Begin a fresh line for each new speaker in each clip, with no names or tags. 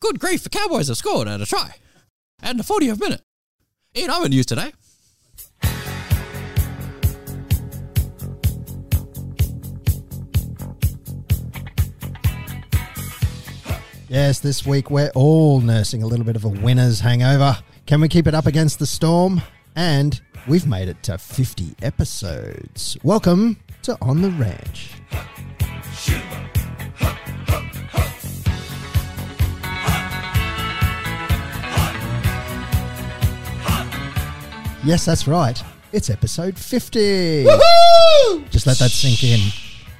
Good grief, the Cowboys have scored at a try. And the 40th minute. Ian, I'm in news today.
Yes, this week we're all nursing a little bit of a winner's hangover. Can we keep it up against the storm? And we've made it to 50 episodes. Welcome to On the Ranch. Yes, that's right. It's episode 50. Just let that sink in.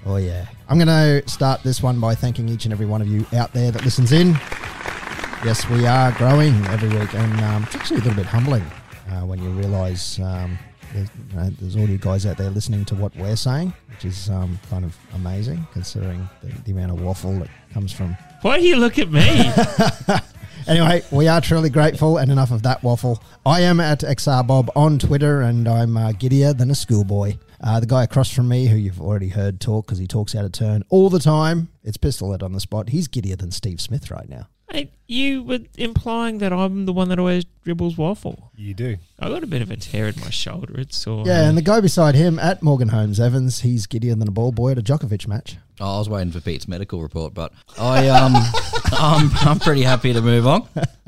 Oh, yeah. I'm going to start this one by thanking each and every one of you out there that listens in. Yes, we are growing every week, and um, it's actually a little bit humbling uh, when you realise um, there's, you know, there's all you guys out there listening to what we're saying, which is um, kind of amazing considering the, the amount of waffle that comes from
Why do you look at me?
Anyway, we are truly grateful, and enough of that waffle. I am at XR Bob on Twitter, and I'm uh, giddier than a schoolboy. Uh, the guy across from me, who you've already heard talk because he talks out of turn all the time, it's Pistolet on the spot. He's giddier than Steve Smith right now.
Hey, you were implying that I'm the one that always dribbles waffle.
You do.
I got a bit of a tear in my shoulder. It's sore.
Yeah, and the guy beside him at Morgan Holmes Evans, he's giddier than a ball boy at a Djokovic match.
Oh, I was waiting for Pete's medical report, but I um, I'm I'm pretty happy to move on.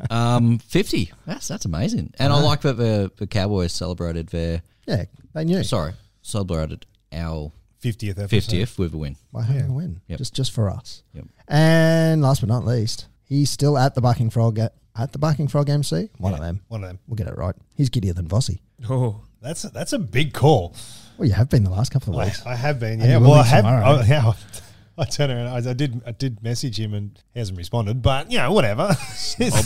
Um, fifty. That's that's amazing, and I like that the, the Cowboys celebrated their
Yeah, they knew.
sorry celebrated our
50th episode.
fiftieth with a win.
Why have a win?
Yep.
Just just for us.
Yep.
And last but not least, he's still at the Bucking Frog at, at the Bucking Frog MC. One of them.
One of them.
We'll get it right. He's giddier than Vossi.
Oh,
That's that's a big call.
Well, you have been the last couple of
I,
weeks.
I have been.
And
Yeah.
you
Well,
will
I
be
have.
tomorrow.
I, yeah. I turned around. I, I did. I did message him, and he hasn't responded. But you know, whatever.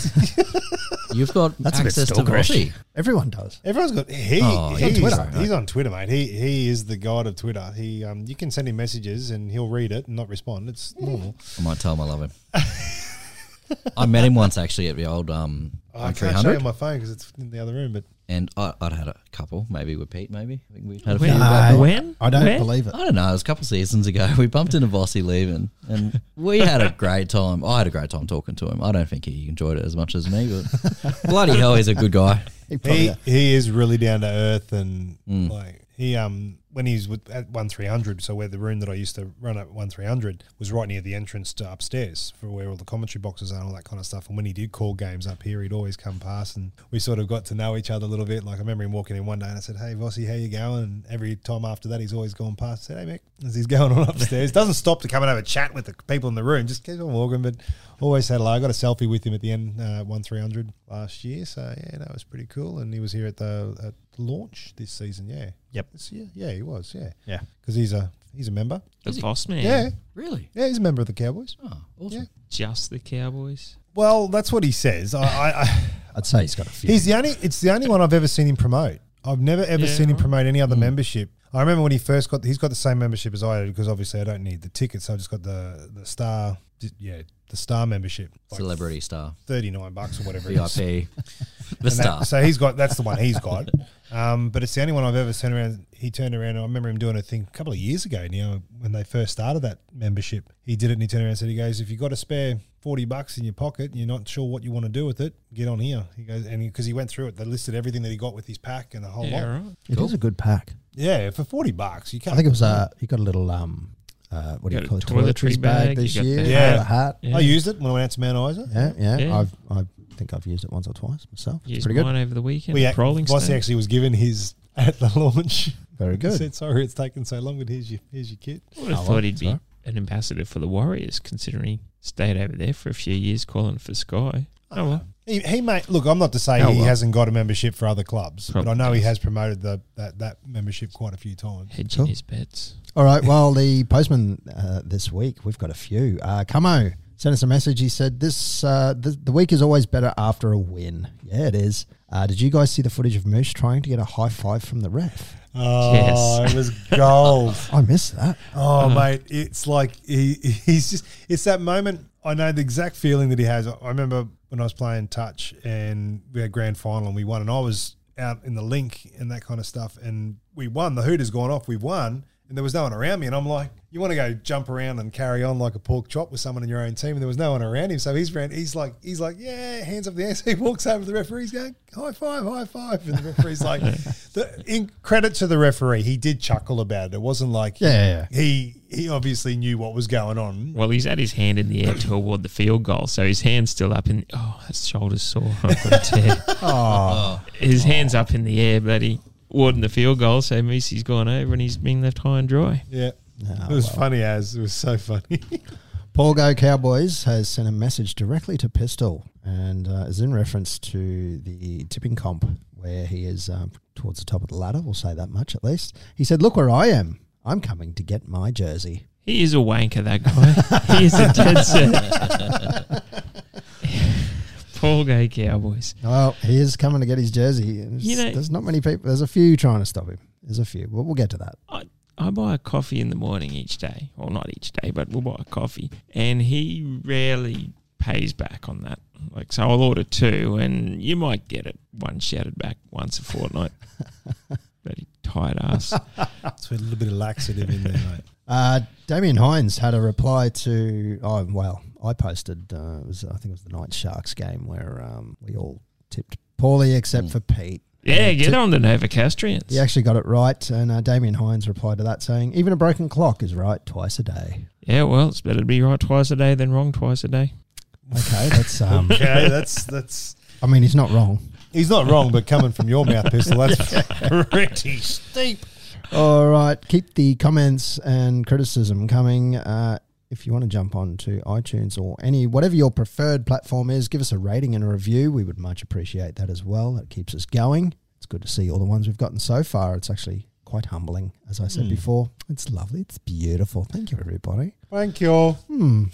You've got
That's a bit
access to
stalkerish.
Rossi.
Everyone does.
Everyone's got. He,
Oh,
he's,
he's on
he's,
Twitter.
on, Twitter, mate. He he is the god of Twitter. He um, you can send him messages, and he'll read it and not respond. It's normal.
I might tell him I love him. I met him once actually at the old um
Oh, I
three
can't show you on
hundred,
my phone because it's in the other room. But
and I, I'd had a couple maybe with Pete. Maybe I think we had a few.
when?
No.
uh, when?
Uh, I don't
Where?
believe it.
I don't know. It was a couple seasons ago. We bumped into Bossy leaving, and we had a great time. I had a great time talking to him. I don't think he enjoyed it as much as me, but bloody hell, he's a good guy.
He probably,
he he is really down to earth and like he um when he's with, at one three hundred. So where the room that I used to run at one three hundred was right near the entrance to upstairs for where all the commentary boxes are and all that kind of stuff. And when he did call games up here, he'd always come past and we sort of got to know each other a little bit. Like I remember him walking in one day and I said, "Hey, Vossi, how you going?" And every time after that, he's always gone past. I said, "Hey, Mick," as he's going on upstairs. Doesn't stop to come and have a chat with the people in the room. Just keeps on walking, but always said hello. I got a selfie with him at the end uh, one three hundred last year. So yeah, that was pretty cool. And he was here at the at launch this season. Yeah.
Yep.
This year? Yeah, he was. Yeah.
yeah.
Because he's a he's a member.
The boss man.
Yeah.
Really?
Yeah, he's a member of the Cowboys.
Oh, awesome.
Yeah.
Just the Cowboys.
Well, that's what he says. I, I, I
I'd say he's got a few.
He's the only. It's the only one I've ever seen him promote. I've never ever
Yeah.
seen him promote any other membership. I remember when he first got. He's got the same membership as I do because obviously I don't need the tickets. I just got the the star. Yeah, the star membership.
Celebrity star,
Thirty nine bucks or whatever. it is.
VIP, the
And that-
star.
so he's got that's the one he's got. Um, but it's the only one I've ever turned around. He turned around. And I remember him doing a thing a couple of years ago now when they first started that membership. He did it and he turned around and said, "He goes, if you got a spare forty bucks in your pocket, and you're not sure what you want to do with it. Get on here." He goes, and because he, went through it, they listed everything that he got with his pack and the whole
Yeah,
lot.
right.
It is a good pack.
Yeah, for forty bucks, you can't.
I think it was a. He got a little um. Uh, what do you
Got a
call it?
toiletries bag,
this
you got
year.
the
hat.
Yeah, a hat.
Yeah.
I used it when I went out to Mount Isa.
Yeah, yeah.
Yeah.
I've I think I've used it once or twice myself. It's
Used
pretty good.
mine over the weekend.
We
at
ac-
Rolling
Boss
Stone.
actually was given his at the launch.
Very
He
good.
said, "Sorry, it's taken so long, but here's your here's your kit."
I would have
Oh, well,
thought he'd be
sorry.
an ambassador for the Warriors, considering he stayed over there for a few years calling for Sky. Oh, well.
He, he may look. I'm not to say
Oh,
he
well.
hasn't got a membership for other clubs, but I
Probably
know he
does.
has promoted the, that that membership quite a few times.
Hedging
Cool.
his bets.
All right. Well, the postman uh, this week we've got a few. Uh, Camo sent us a message. He said this uh, the, the week is always better after a win. Yeah, it is. Uh, did you guys see the footage of Moose trying to get a high five from the ref?
Oh,
Yes.
it was gold.
I missed that.
Oh, mate, it's like he, he's just, it's that moment. I know the exact feeling that he has. I I remember when I was playing touch and we had grand final and we won, and I was out in the link and that kind of stuff, and we won. The hoot has gone off, we won. and there was no one around me. And I'm like, you want to go jump around and carry on like a pork chop with someone in your own team, and there was no one around him. So he's ran. He's like, he's like, yeah, hands up in the air. So he walks over to the referee. He's going, high five, high five. And the referee's like, the, in credit to the referee, he did chuckle about it. It wasn't like
Yeah, yeah, yeah.
he he obviously knew what was going on.
Well, he's had his hand in the air to award the field goal, so his hand's still up in. Oh, his shoulder's sore. I've got to tear. His hand's up in the air, but he awarding the field goal, so Meesy's gone over and he's been left high and dry.
Yeah.
Ah,
it was
well.
funny as it was so funny.
Paul Go Cowboys has sent a message directly to Pistol and uh, is in reference to the tipping comp where he is um, towards the top of the ladder. We'll say that much at least. He said, Look where I am. I'm coming to get my jersey.
He is a wanker, that guy. he is a dead set. Paul Gay Cowboys.
Well, he is coming to get his jersey. There's,
You know-
there's not many people. There's a few trying to stop him. There's a few, but we'll get to that.
I, I buy a coffee in the morning each day. Well, not each day, but we'll buy a coffee. And he rarely pays back on that. Like, so I'll order two, and you might get it one shouted back once a fortnight. Bloody tired ass.
It's a little bit of laxative in there, mate.
Uh, Damien Hines had a reply to. Oh well, I posted. Uh, it was I think it was the night Sharks game where um, we all tipped poorly except for Pete.
Yeah, get on the Novocastrians.
He actually got it right, and uh, Damien Hines replied to that saying, "Even a broken clock is right twice a day."
Yeah, well, it's better to be right twice a day than wrong twice a day.
Okay, that's. Um,
Okay, that's that's.
I mean, he's not wrong.
He's not wrong, but coming from your mouth, pistol, that's pretty steep.
All right, keep the comments and criticism coming. Uh, if you want to jump on to iTunes or any whatever your preferred platform is, give us a rating and a review. We would much appreciate that as well. That keeps us going. It's good to see all the ones we've gotten so far. It's actually quite humbling, as I said before. It's lovely. It's beautiful. Thank you, everybody.
Thank you.
Hmm.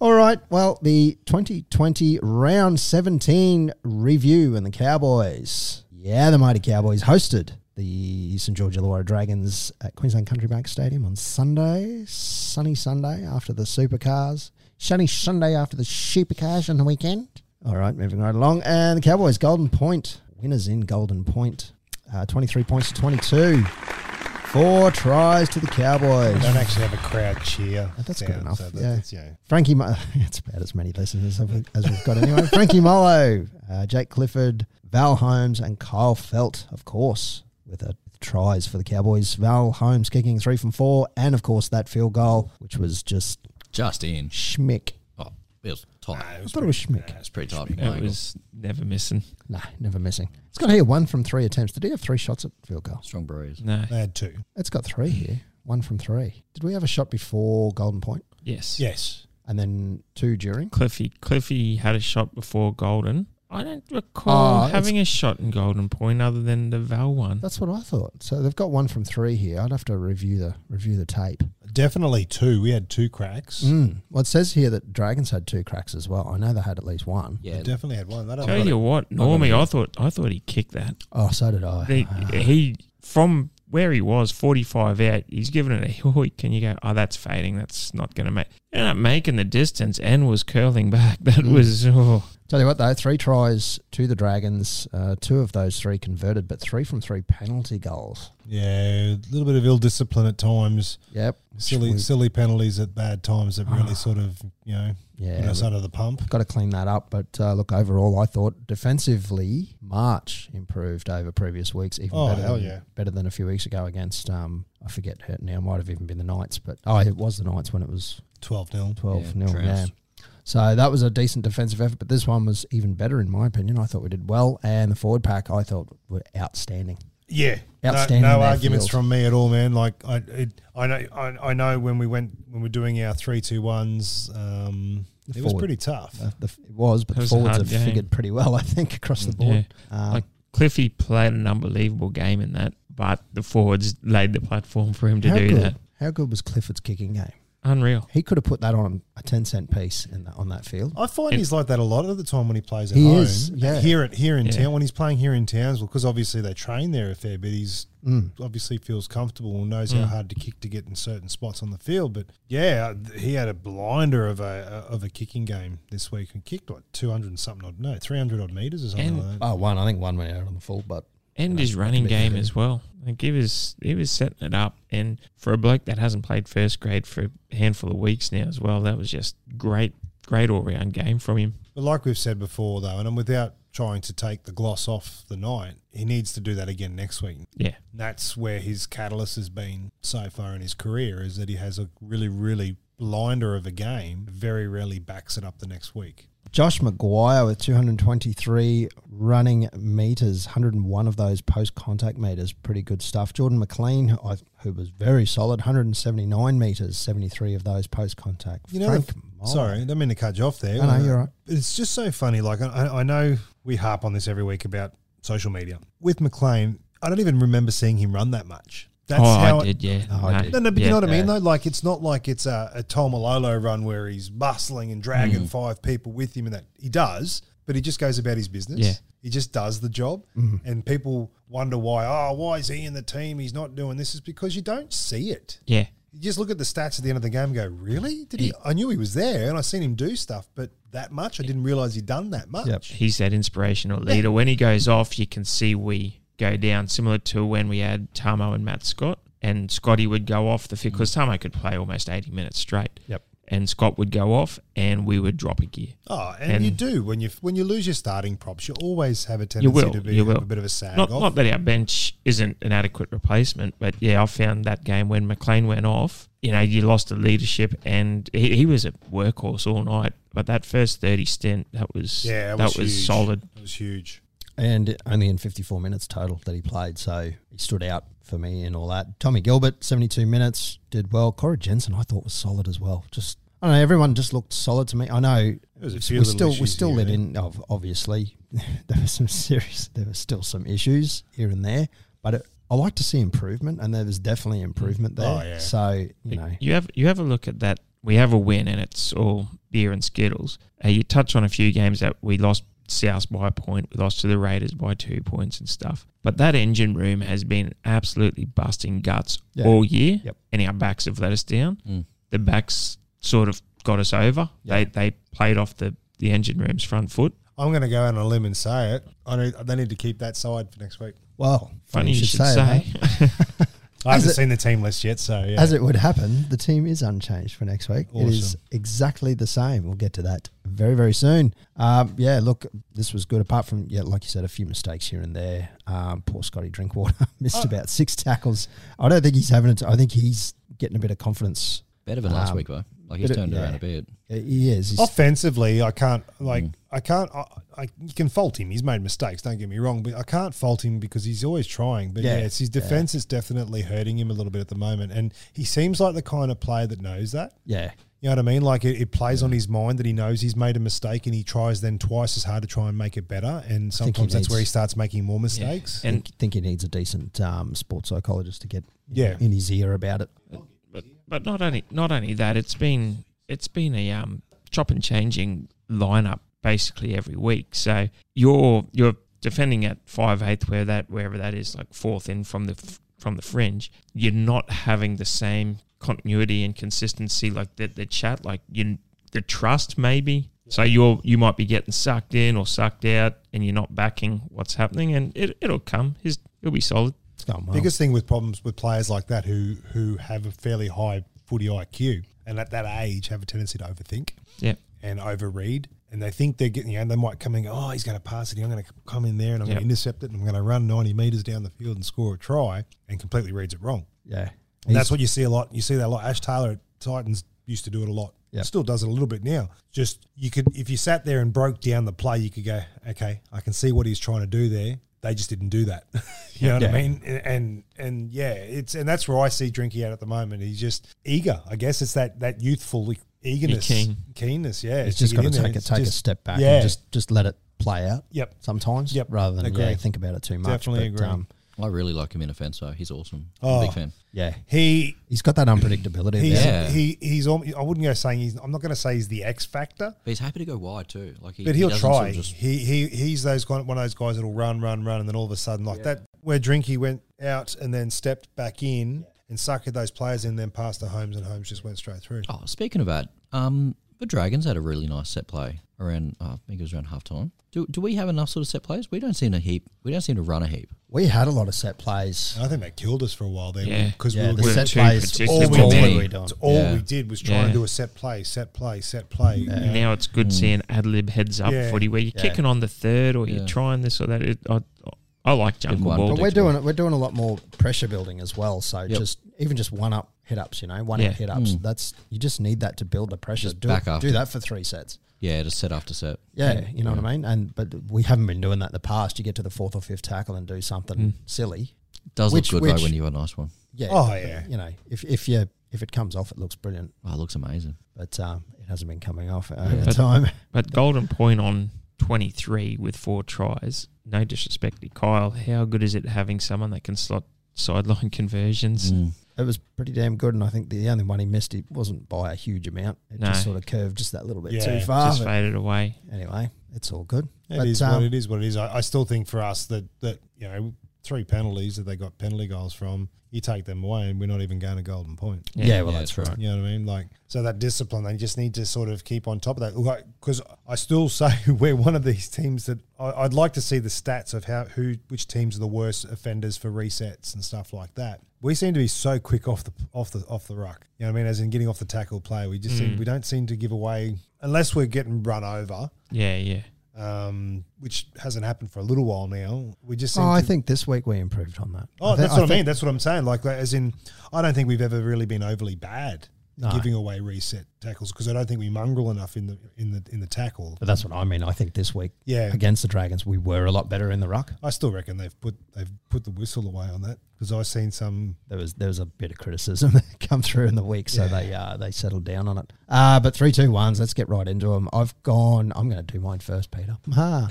All right. Well, the 2020 round 17 review and the Cowboys. Yeah, the mighty Cowboys hosted the St George Illawarra Dragons at Queensland Country Bank Stadium on Sunday, sunny Sunday after the supercars, sunny Sunday after the supercars on the weekend. All right, moving right along, and the Cowboys Golden Point winners in Golden Point, uh, 23 points to 22. Four tries to the Cowboys.
Don't actually have a crowd cheer.
Oh, That's good enough,
that-
yeah.
that's- yeah.
Frankie, Mo- it's about as many listeners as we've, as we've got anyway. Frankie Mollo, uh, Jake Clifford, Val Holmes, and Kyle Felt, of course, with a with tries for the Cowboys. Val Holmes kicking three from four, and of course that field goal, which was just
Just in.
schmick.
Oh, it was tight.
I thought it was schmick.
It's pretty tight. from
It
my angle.
was never missing.
Nah, never missing. It's got here one from three attempts. Did he have three shots at field goal?
Strong breeze.
No.
They had two.
It's got three here. One from three. Did we have a shot before Golden Point,
Yes.
Yes.
and then two during?
Cliffy. Cliffy had a shot before Golden. I don't recall
Oh,
having a shot in Golden Point other than the Val one.
That's what I thought. So they've got one from three here. I'd have to review the review the tape.
Definitely two. We had two cracks.
Mm. Well, it says here that Dragons had two cracks as well. I know they had at least one.
Yeah.
Definitely had one. They don't-
Tell you what, Normie, I thought I thought he kicked that.
Oh, so did I.
They, he from where he was, forty five out, he's given it a hoik and you go, Oh, that's fading, that's not gonna make ended up making the distance and was curling back. That
Hmm.
was oh
Tell you what, though, three tries to the Dragons. Uh, two of those three converted, but three from three penalty goals.
Yeah, a little bit of ill discipline at times.
Yep.
Silly,
We-
silly penalties at bad times that
Ah.
really sort of you know put
Yeah.
us under the pump.
Got to clean that up. But uh, look, overall, I thought defensively, March improved over previous weeks, even
Oh,
better,
hell
than,
yeah.
better than a few weeks ago against, um, I forget who it now, might have even been the Knights, but oh, it was the Knights when it was
Twelve 0
12
Yeah,
nil.
trounced.
Yeah. So that was a decent defensive effort, but this one was even better in my opinion. I thought we did well, and the forward pack I thought were outstanding.
Yeah, No-
Outstanding
No,
there,
arguments
Fields.
from me at all, man. Like I, it, I know, I, I know when we went when we're doing our three two ones, um, it was
forward.
pretty tough.
Uh, the, it was, but
That was a
forwards
hard
have
game. Mm,
figured pretty well, I think, across the board. Um,
like Cliffy played an unbelievable game in that, but the forwards laid the platform for him to
how
do
good?
that.
How good was Clifford's kicking game?
Unreal.
He could have put that on a ten cent piece in that, on that field.
I find
It-
he's like that a lot of the time when he plays at
He
home.
is, yeah.
Here at here in
Yeah.
town when he's playing here in Townsville, because obviously they train there a fair bit. He's
Mm.
obviously feels comfortable and knows how
Mm.
hard to kick to get in certain spots on the field. But yeah, th- he had a blinder of a of a kicking game this week and kicked what two hundred and something odd, no, three hundred odd meters or something
And-
like that.
Oh, one. I think one went out on the full, but
and his running game as well. Like he was he was setting it up, and for a bloke that hasn't played first grade for a handful of weeks now as well, that was just great, great all round game from him.
But like we've said before, though, and I'm without trying to take the gloss off the night, he needs to do that again next week.
Yeah,
That's where his catalyst has been so far in his career is that he has a really, really blinder of a game, very rarely backs it up the next week.
Josh McGuire with 223 running meters, 101 of those post contact meters. Pretty good stuff. Jordan McLean, who I- who was very solid, 179 meters, 73 of those post contact.
You know, the-
Moore.
sorry, I don't mean to cut you off there.
oh. No, no, you're right.
But It's just so funny. Like I, I know we harp on this every week about social media. With McLean, I don't even remember seeing him run that much. That's
oh,
how
I
it-
did, yeah,
Oh, I did.
No, no, but
Yeah.
you know what I mean,
Yeah.
though. Like it's not like it's a, a Tomalolo run where he's bustling and dragging
Mm.
five people with him, and that he does. But he just goes about his business.
Yeah.
He just does the job, and people wonder why. Oh, why is he in the team? He's not doing this. Is because you don't see it.
yeah.
You just look at the stats at the end of the game and go, really? Did he? I knew he was there, and I seen him do stuff, but that much I didn't realize he'd done that much.
Yep.
He's that inspirational leader. When he goes off, you can see we go down, similar to when we had Tamo and Matt Scott. And Scotty would go off the field
Mm.
because Tamo could play almost 80 minutes straight.
Yep.
And Scott would go off and we would drop a gear.
Oh, and,
And-
you do when you when you lose your starting props, you always have a tendency
You will.
to be
you will.
a bit of a sag
not,
off.
not that our bench isn't an adequate replacement, but yeah, I found that game when McLean went off, you know, you lost the leadership and he, he was a workhorse all night. But that first 30 stint, that was,
yeah,
that was,
huge.
solid.
It was huge.
and only in 54 minutes total that he played. So he stood out for me and all that. Tommy Gilbert, 72 minutes, did well. Corey Jensen, I thought was solid as well. Just I don't know, everyone just looked solid to me. I know
There was a
we
few little
still we
issues
still
here
let
and there.
in of obviously there were some serious there were still some issues here and there, but it, I like to see improvement, and there was definitely improvement there.
Oh, yeah.
So you know,
You have you have a look at that. We have a win, and it's all beer and skittles. Uh, you touch on a few games that we lost South by a point, we lost to the Raiders by two points and stuff. But that engine room has been absolutely busting guts
Yeah.
all year,
Yep.
and our backs have let us down. The backs sort of got us over. They they played off the the engine room's front foot.
I'm going to go out on a limb and say it. I don't, they need to keep that side for next week.
well,
Funny you should say.
that.
I
As
haven't
it-
seen the team list yet, so yeah.
As it would happen, the team is unchanged for next week. It is
Awesome.
exactly the same. We'll get to that very, very soon. Um, yeah, look, this was good. Apart from, yeah, like you said, a few mistakes here and there. Um, poor Scotty Drinkwater
Oh.
missed about six tackles. I don't think he's having it. I think he's getting a bit of confidence.
Better than last
Um,
week, though. Like he's
bit of-
turned it around
yeah.
a bit.
Uh, He is. He's,
Offensively, I can't like I can't. I, I you can fault him. He's made mistakes. Don't get me wrong, but I can't fault him because he's always trying. But
Yeah,
yeah, it's his defense is definitely hurting him a little bit at the moment, and he seems like the kind of player that knows that.
yeah.
You know what I mean? Like it, it plays on his mind that he knows he's made a mistake, and he tries then twice as hard to try and make it better. And sometimes that's
needs-
where he starts making more mistakes.
And
I think he needs a decent um, sports psychologist to get
Yeah.
in his ear about it.
but but not only not only that, it's been it's been a um, chop and changing lineup basically every week. So you're you're defending at five eighth where that wherever that is like fourth in from the f- from the fringe. You're not having the same continuity and consistency like the the chat like you the trust maybe. So you're you might be getting sucked in or sucked out, and you're not backing what's happening, and it it'll come. His it'll be solid.
It's going well.
biggest thing with problems with players like that who who have a fairly high footy IQ and at that age have a tendency to overthink
Yeah.
and overread and they think they're getting you know, they might come and go oh he's going to pass it I'm going to come in there and I'm
Yep.
going to intercept it and I'm going to run 90 meters down the field and score a try and completely reads it wrong
yeah.
and that's what you see a lot you see that a lot Ash Taylor at Titans used to do it a lot
Yep.
still does it a little bit now just you could if you sat there and broke down the play you could go okay I can see what he's trying to do there they just didn't do that you know what I
Yeah.
mean mean, and, and and yeah, it's and that's where I see Drinky at at the moment. He's just eager. I guess it's that that youthful e- eagerness,
keen.
keenness. Yeah,
He's just
get
got to
in there
take,
and
a,
it's
take a
just-
step back
Yeah,
and just, just let it play out.
yep.
sometimes
Yep,
rather than
agree.
yeah, think about it too much.
Definitely
but,
agree.
Um,
I really like him in offence, though. He's awesome.
Oh.
I'm a big fan.
yeah,
He
he's got that unpredictability.
he's
there.
Yeah.
he he's. al- I wouldn't go saying he's. I'm not going to say he's the X factor,
But he's happy to go wide, too. Like he,
but
he
he'll
doesn't sort
try.
of just-
he he he's those kind of, one of those guys that'll run, run, run, and then all of a sudden like that where Drinky went out and then stepped back in. And suckered those players in, then passed to Holmes, and Holmes just went straight through.
oh, speaking of that, um, The Dragons had a really nice set play around. oh, I think it was around half time. Do, do we have enough sort of set plays? We don't seem to heap. We don't seem to run a heap.
We had a lot of set plays.
I think that killed us for a while there
Yeah.
because
Yeah,
we
the
were
We're
set
too
plays.
particular
All
all
we
we,
with
did.
many.
we
did,
done.
all
Yeah.
we did was try and
Yeah.
do a set play, set play, set play. you know.
Now it's good seeing ad lib heads up
Yeah.
footy where you're
Yeah.
kicking on the third or
Yeah.
you're trying this or that. It, I, I like jungle
one.
ball.
But
But we're doing we're doing a lot more pressure building as well. So
Yep.
just even just one up hit ups, you know, one
Yeah.
up hit ups.
Mm.
That's you just need that to build the pressure.
Just
do
back
it,
up.
do that for three sets.
Yeah, just set after set.
Yeah, you know what I mean. And but we haven't been doing that in the past. You get to the fourth or fifth tackle and do something
Mm.
silly.
Does
Which-
look good
which-
though when you have a nice one.
Yeah.
Oh,
but,
yeah.
You know, if if you if it comes off, it looks brilliant.
Oh, it looks amazing.
But um, it hasn't been coming off over
But-
time.
But golden point on 23 with four tries. No disrespect to Kyle. How good is it having someone that can slot sideline conversions?
Mm.
It was pretty damn good, and I think the only one he missed, it wasn't by a huge amount. It
No.
just sort of curved just that little bit
Yeah,
too far.
Just
but
faded away.
Anyway, it's all good.
It
But,
is
um,
what it is. What it is. I, I still think for us that that you know three penalties that they got penalty goals from. You take them away, and we're not even going to golden point.
Yeah, well,
yeah,
that's
that's
right.
You know what I mean? Like so that discipline. They just need to sort of keep on top of that. Because I still say we're one of these teams that I, I'd like to see the stats of how who which teams are the worst offenders for resets and stuff like that. We seem to be so quick off the off the off the ruck. You know what I mean? As in getting off the tackle play, we just
Mm.
seem, we don't seem to give away unless we're getting run over
Yeah, yeah.
um, which hasn't happened for a little while now. We just seem
Oh,
to,
I think this week we improved on that.
oh,
thi-
that's what I,
think-
mean. That's what I'm saying. Like, like, as in, I don't think we've ever really been overly bad in
No.
giving away reset tackles because I don't think we mongrel enough in the in the in the tackle.
But that's what I mean. I think this week
Yeah.
against the Dragons, we were a lot better in the ruck.
I still reckon they've put they've put the whistle away on that because I've seen some.
There was there was a bit of criticism that come through in the week, so
Yeah.
they uh, they settled down on it. Uh, but three, two, ones. Let's get right into them. I've gone. I'm going to do mine first, Peter. Ha.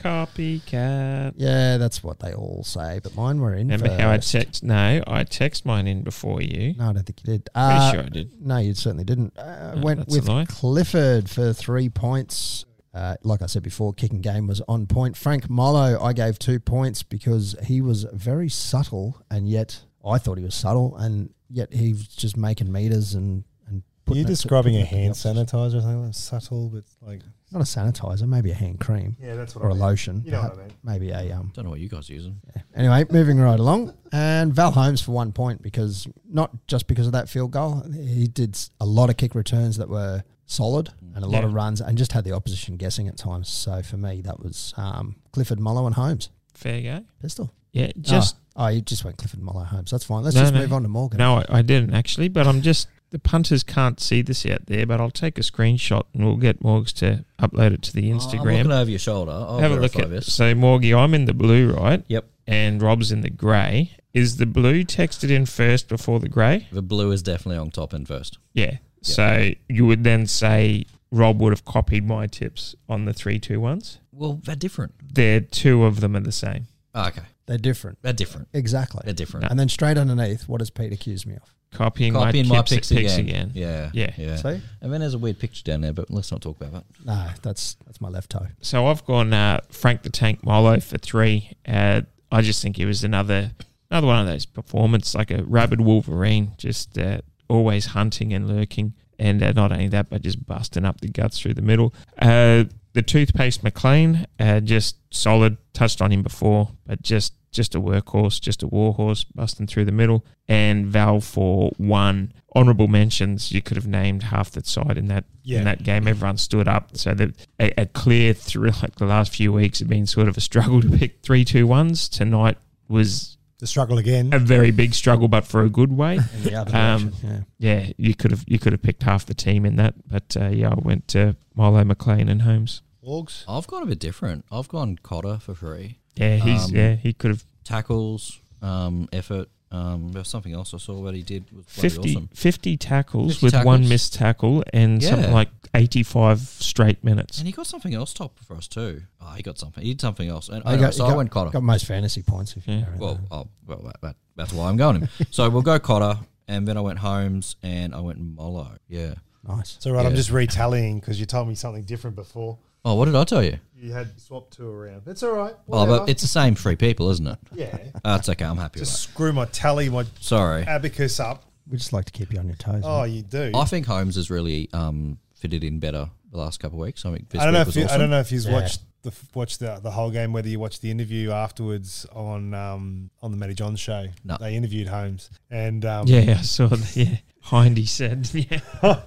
Copycat.
Yeah, that's what they all say. But mine were in.
Remember how I
first.
text? No, I text mine in before you.
No, I don't think you did.
Pretty
Uh,
sure I did.
No, you certainly didn't. Uh,
No,
went
that's a
with
lie.
Clifford for three points. Uh, like I said before, kicking game was on point. Frank Mollo, I gave two points because he was very subtle, and yet I thought he was subtle, and yet he was just making meters and and.
Are
putting
you
it to-
describing a
putting it to the
hand
opposition.
sanitizer? Something that's subtle, but like
Not a sanitizer, maybe a hand cream
yeah, that's what
or a lotion.
You know what I
perhaps.
mean.
Maybe a um,
Don't know what you guys are using.
Anyway, moving right along, and Val Holmes for one point because not just because of that field goal, he did s- a lot of kick returns that were solid and a lot of
Yeah.
runs, and just had the opposition guessing at times. So for me, that was um, Clifford Mollo and Holmes
Fair go.
pistol.
Yeah, just
oh, oh, you just went Clifford Mollo Holmes. That's fine. Let's
No,
just
no.
move on to Morgan.
no, I, I didn't actually. But I'm just the punters can't see this out there. But I'll take a screenshot and we'll get Morgs to upload it to the
Oh, I'm
Instagram.
looking over your shoulder. I'll
Have a look
verify
at
this.
so Morgie. I'm in the blue, right?
Yep.
And Rob's in the grey. Is the blue texted in first before the grey?
The blue is definitely on top and first.
Yeah. So you would then say Rob would have copied my tips on the three two ones.
Well, they're different.
They're two of them are the same.
Oh, okay,
They're different.
they're different.
Exactly.
They're different.
And then straight underneath, what does Pete accuse me of?
Copying,
Copying
my,
my
tips at
picks,
picks
again.
again.
Yeah,
Yeah.
yeah.
See?
And then there's a weird picture down there, but let's not talk about that.
No, that's that's my left toe.
So I've gone uh, Frank the Tank Milo for three. Uh, I just think it was another another one of those performance like a rabid wolverine, just uh, always hunting and lurking, and uh, not only that, but just busting up the guts through the middle. Uh, the toothpaste McLean, uh, just solid. Touched on him before, but just just a workhorse, just a warhorse, busting through the middle. And Val for one honourable mentions. You could have named half the side in that
Yeah.
in that game. Everyone stood up, so that a, a clear through like the last few weeks have been sort of a struggle to pick three two ones. Tonight was
The struggle again.
a very big struggle, but for a good way.
In the other
Um,
direction. Yeah.
Yeah, you could have you could have picked half the team in that, but uh, yeah, I went to Milo McLean and Holmes.
Orgs.
I've gone a bit different. I've gone Cotter for three
Yeah, he's
Um,
yeah he could have
tackles, um, effort. Um, there was something else I saw that he did was bloody
50,
awesome.
50 tackles
50
with one
tackles.
missed tackle and something
Yeah.
like 85 straight minutes.
And he got something else top for us too. Oh, he got something. He did something else. And,
You
anyway,
got-
so
you
I
got-
went Cotter.
Got most fantasy points if you
Yeah.
know
Well,
that.
oh, well, that, that, that's why I'm going him. so we'll go Cotter, and then I went Holmes, and I went Molo. Yeah.
nice.
So right, I'm
Yeah.
just retallying because you told me something different before.
Oh, what did I tell you?
You had swapped two around. It's all right.
Oh,
whatever.
but it's the same three people, isn't it?
yeah.
That's okay. I'm happy
Just
with
screw my tally, my
that. Sorry.
abacus up.
We just like to keep you on your toes.
Oh, you do.
I think Holmes has really um, fitted in better the last couple of weeks. I think this
I don't know
week
if
was
you,
awesome.
I don't know if he's
Yeah.
watched the watched the, the whole game. Whether you watched the interview afterwards on um, on the Matty John show,
No.
they interviewed Holmes and um,
Yeah, I saw that. Yeah, Hindy said. Yeah,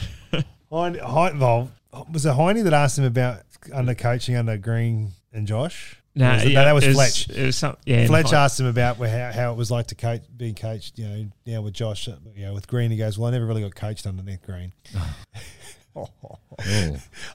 Heine, Heine, well, was it Heine that asked him about under coaching under Green and Josh? Or
no,
was it-
yeah,
that was
it
Fletch.
It was some, yeah,
Fletch
Hin-
asked him about where- how, how it was like to coach, being coached, you know, now with Josh, uh, you know, with Green. He goes, "Well, I never really got coached underneath Green."
Oh.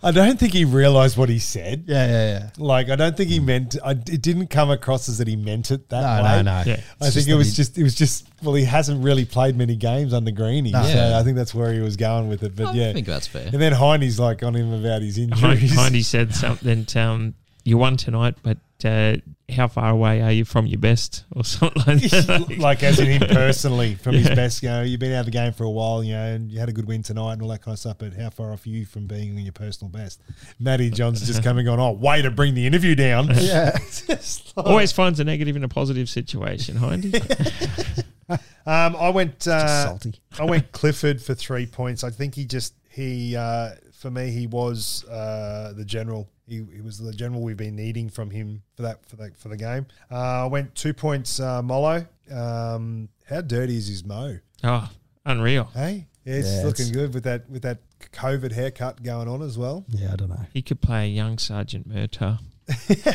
I don't think he realised what he said.
Yeah, yeah, yeah.
Like, I don't think he meant. I, it didn't come across as that he meant it that
Hmm. No, no,
way.
no.
Yeah.
I
It's
think
just
it
that
was
he-
just it was just well he hasn't really played many games under Greeny,
No. Oh,
so
Yeah.
I think that's where he was going with it. But
Oh, I
yeah,
think that's fair.
and then Heine's like on him about his injuries.
Hindy said something. To, um, you won tonight, but uh, how far away are you from your best, or something like that?
like as in him personally from his
Yeah.
best. You know, you've been out of the game for a while, you know, and you had a good win tonight and all that kind of stuff. But how far off are you from being in your personal best? Matty John's just coming on. Oh, way to bring the interview down.
Yeah.
Just like-
Always finds a negative in a positive situation, Hindy.
um, I went.
Just
Uh,
salty.
I went Clifford for three points. I think he just he uh, for me he was uh, the general. He, he was the general we've been needing from him for that for that for the game. Uh, I went two points uh, Molo. Um, how dirty is his mo?
oh, unreal.
Hey, yeah, it's
Yeah, it's-
looking good with that with that COVID haircut going on as well.
Yeah, I don't know.
He could play a young Sergeant Murtaugh.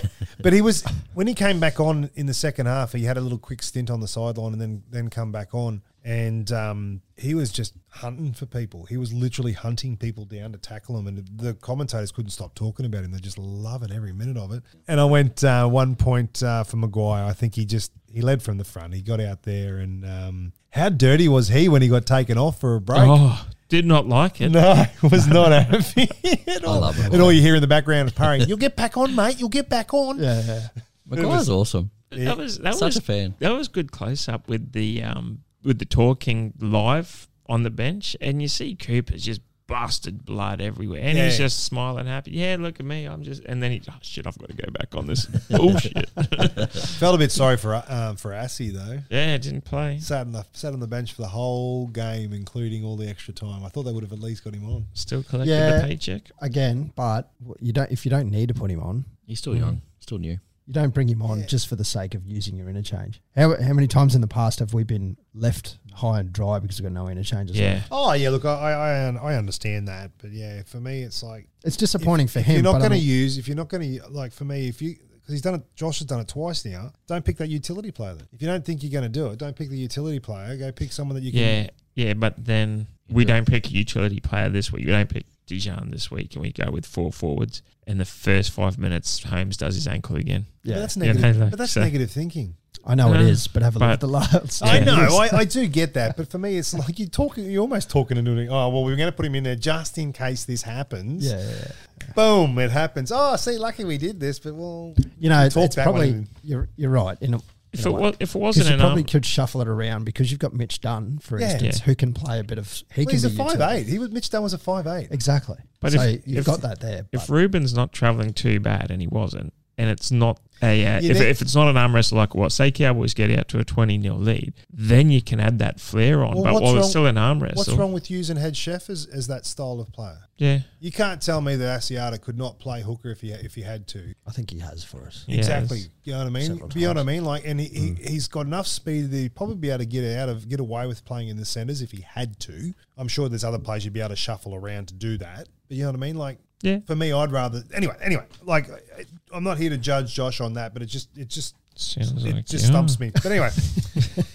But he was when he came back on in the second half. He had a little quick stint on the sideline and then then come back on. And um, he was just hunting for people. He was literally hunting people down to tackle them. And the commentators couldn't stop talking about him. They're just loving every minute of it. And I went uh, one point uh, for Maguire. I think he just he led from the front. He got out there and um, how dirty was he when he got taken off for a break?
Oh, did not like it.
No, was not happy at all.
love it.
and all you hear in the background is purring, you'll get back on, mate. You'll get back on.
Yeah, yeah.
Maguire's awesome.
That was that
Such
was
a fan.
That was good close up with the um with the talking live on the bench, and you see Cooper's just busted blood everywhere, and he's
Yeah.
just smiling happy. Yeah, look at me, I'm just, and then he, oh shit, I've got to go back on this bullshit.
Felt a bit sorry for um, for Assie though.
yeah, didn't play.
Sat on the sat on the bench for the whole game, including all the extra time. I thought they would have at least got him on.
Still collected
Yeah.
the paycheck.
Again, but you don't if you don't need to put him on,
He's still young, still new.
you don't bring him on just for the sake of using your interchange. How how many times in the past have we been left high and dry because we've got no interchanges?
Yeah,
Oh yeah, look, I I, I understand that, but yeah, for me it's like
It's disappointing
if,
for
if
him.
You're not
but I
going to
mean-
use if you're not going to like for me if you because he's done it. Josh has done it twice now. Don't pick that utility player. Then. If you don't think you're going to do it, don't pick the utility player. Go pick someone that you can.
yeah, yeah. But then we don't pick a utility player this week. We don't pick Dijon this week, and we go with four forwards. And the first five minutes, Holmes does his ankle again.
But
yeah,
that's
Yeah,
negative.
no, like,
but that's
so-
negative thinking.
I know it
Yeah.
is, but have a look
But-
at the last.
I
Yeah.
know,
list.
I, I do get that, but for me, it's like you're talking, you're almost talking and doing. Oh well, we we're going to put him in there just in case this happens.
yeah, yeah, yeah.
Boom, it happens. Oh, see, lucky we did this, but well,
You know, it's,
Talk
it's
that one
probably
in.
you're you're right. In a,
If
in a
it
way.
was, if it
Because
wasn't
you
an
probably
arm-
could shuffle it around because you've got Mitch Dunn, for
Yeah.
instance,
Yeah.
who can play a bit of. He
well,
can
he's a
be
five
utility.
eight. He was Mitch Dunn was a five eight.
Exactly.
But
so
if-
you've
if-
got that there.
if
But
Ruben's not traveling too bad, and he wasn't, and it's not a uh,
Yeah,
if,
they-
if it's not an arm wrestle like what say Cowboys get out to a twenty 0 lead, then you can add that flair on.
Well,
but
what's
while it's
wrong-
still an arm wrestle,
What's wrong with using head chef as, as that style of player?
Yeah,
You can't tell me that Asiata could not play hooker if he if he had to.
I think he has for us.
Yeah,
Exactly.
it's-
You know what I mean?
Several
You know what I mean? Like, and he, he, he's got enough speed that he'd probably be able to get out of get away with playing in the centres if he had to. I'm sure there's other players you'd be able to shuffle around to do that. But you know what I mean? Like,
Yeah.
For me, I'd rather anyway. Anyway, like, I- I'm not here to judge Josh on that, but it just it just
Sounds
it
like
just
you
stumps
are.
me. But anyway,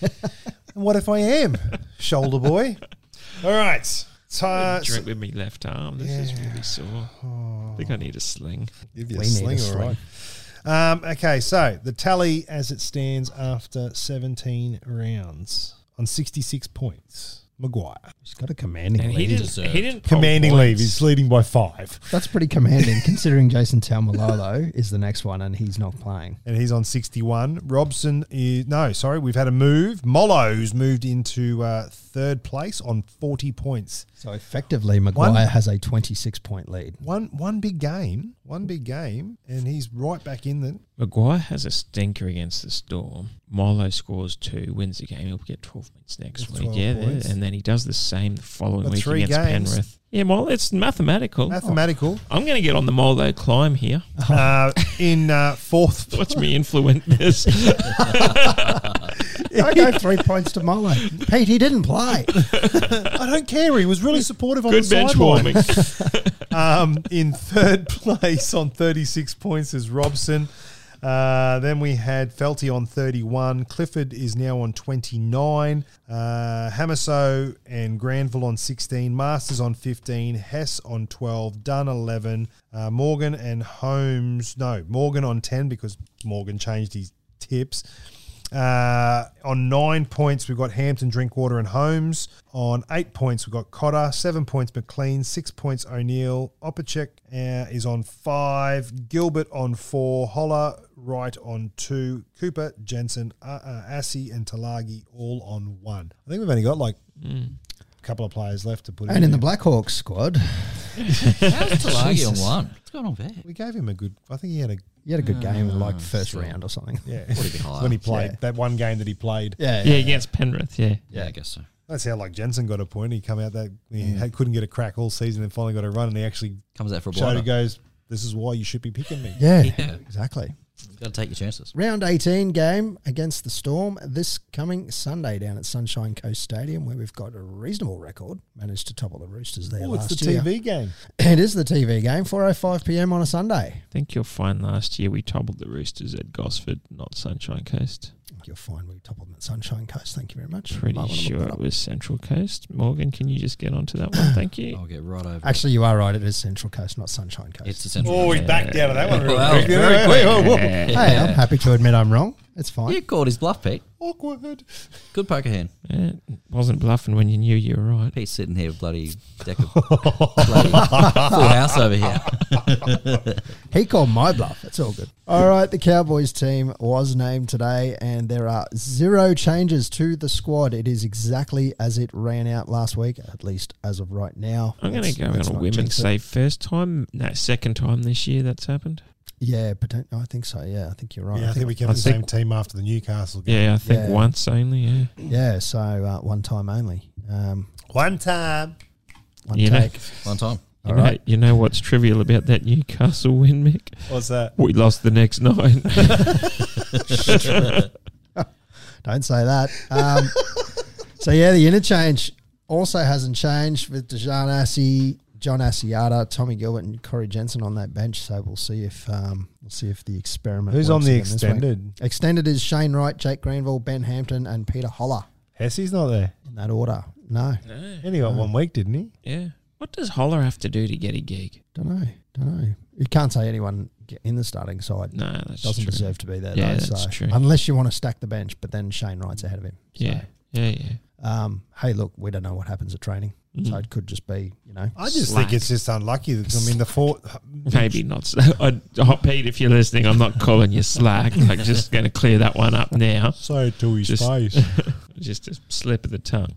and what if I am shoulder boy? All right. So, uh,
drink with me left arm. This is really sore. I think I need a sling.
Give you
We
Oh, a
need a
sling, all right. Um, okay, so the tally as it stands after 17 rounds on 66 points. Maguire.
He's got a commanding
And he
lead.
didn't.
deserved.
He didn't. poll
Commanding
points.
leave. He's leading by five,
That's pretty commanding considering Jason Taumalolo is the next one and he's not playing.
and he's on 61. Robson is. No, sorry, we've had a move. Molo's moved into uh, third place on 40 points.
So effectively, Maguire has a 26 point lead.
One, one big game, One big game, and he's right back in the.
Maguire has a stinker against the Storm. Milo scores two, wins the game. He'll get 12 points next
That's
week.
12
Yeah,
points.
and then he does the same the following
But
week
three
against
games.
Penrith. Yeah, well, it's mathematical. Oh.
Mathematical.
I'm going to get on the Molo climb here.
Uh, in uh, fourth.
Watch me influence this.
I go three points to Molo. Pete, he didn't play.
I don't care. He was really supportive on
Good
the
bench
sideline.
warming.
um, in third place on 36 points is Robson. Uh, then we had Felty on 31. Clifford is now on 29. Uh, Hamaso and Granville on 16. Masters on 15. Hess on 12. Dunn 11. Uh, Morgan and Holmes. No, Morgan on 10 because Morgan changed his tips. Uh, on nine points, we've got Hampton, Drinkwater, and Holmes. On eight points, we've got Cotter. Seven points, McLean. Six points, O'Neill. Opacek uh, is on five. Gilbert on four. Holler, Wright on two. Cooper, Jensen, uh, uh, Assey, and Talagi all on one. I think we've only got like
Mm.
a couple of players left to put
And in the
there.
Blackhawks squad,
How's Talagi on
Jesus.
one? What's going on there?
We gave him a good. I think he had a
you had a good game in like first
sure.
round or something.
yeah.
Probably higher.
when he played
Yeah.
that one game that he played.
Yeah,
yeah, against Penrith. Yeah.
Yeah, I guess so.
That's how like Jensen got a point. He come out that he
Mm.
had, couldn't get a crack all season and finally got a run, and he actually
Comes out for a
showed he
blinder.
goes, "This is why you should be picking me."
yeah,
Yeah.
exactly.
Got to take your chances.
Round 18 game against the Storm this coming Sunday down at Sunshine Coast Stadium, where we've got a reasonable record. Managed to topple the Roosters there
Oh, it's
last
the
year.
TV game.
It is the TV game, 4:05 p.m. on a Sunday.
I think you'll find last year we toppled the Roosters at Gosford, not Sunshine Coast.
I think You'll find we toppled them at Sunshine Coast. Thank you very much. Might
Pretty
wanna look
sure
that
it
up.
was Central Coast. Morgan, can you just get onto that one? Thank you.
Oh.
I'll get right over. it.
Actually, you are right. It is Central Coast, not Sunshine Coast.
it's the central.
Oh, he backed out of that one. real
Wow,
quick.
very
Yeah,
quick.
whoa, whoa.
hey, I'm happy to admit I'm wrong. It's fine.
You called his bluff, Pete.
Awkward.
Good poker hand.
Yeah, wasn't bluffing when you knew you were right.
Pete's sitting here with bloody deck of bloody full house over here.
He called my bluff. It's all good. All right, the Cowboys team was named today, and there are zero changes to the squad. It is exactly as it ran out last week, at least as of right now.
I'm going
Let's-
to go on
let's
a
not
whim and
jinx it.
say first time, no, second time this year that's happened.
Yeah, poten- I think so. Yeah, I think you're right.
Yeah, I think we kept
I
the same
think-
team after the Newcastle game.
Yeah, I think
Yeah.
once only. Yeah,
yeah, so uh, one time only. Um,
One time.
one
You know-
take.
One time.
All
you, know,
right.
you know what's trivial about that Newcastle win, Mick?
What's that?
We lost the next nine.
Don't say that. Um, so yeah, the interchange also hasn't changed with Dejan Assey, John Asiata, Tommy Gilbert, and Corey Jensen on that bench. So we'll see if um, we'll see if the experiment.
Who's on
works
the
again this week.
extended?
Extended is Shane Wright, Jake Greenville, Ben Hampton, and Peter Holler
Hesse's not there.
in that order. No,
And he got one week, didn't he?
yeah. What does Holler have to do to get a gig?
don't know, don't know. You can't say anyone get in the starting side
No, that's
doesn't
true.
deserve to be there.
Yeah,
though,
that's
so.
true.
Unless you want to stack the bench, but then Shane Wright's ahead of him. So,
Yeah, yeah, yeah.
Um, hey, look, we don't know what happens at training,
Mm.
so it could just be you know
I just
Slack.
think it's just unlucky. That, I mean, the four.
Maybe not. so- I, oh, Pete, if you're listening, I'm not calling you slack. I'm just going to clear that one up now.
So to his
Just-
face.
Just a slip of the tongue.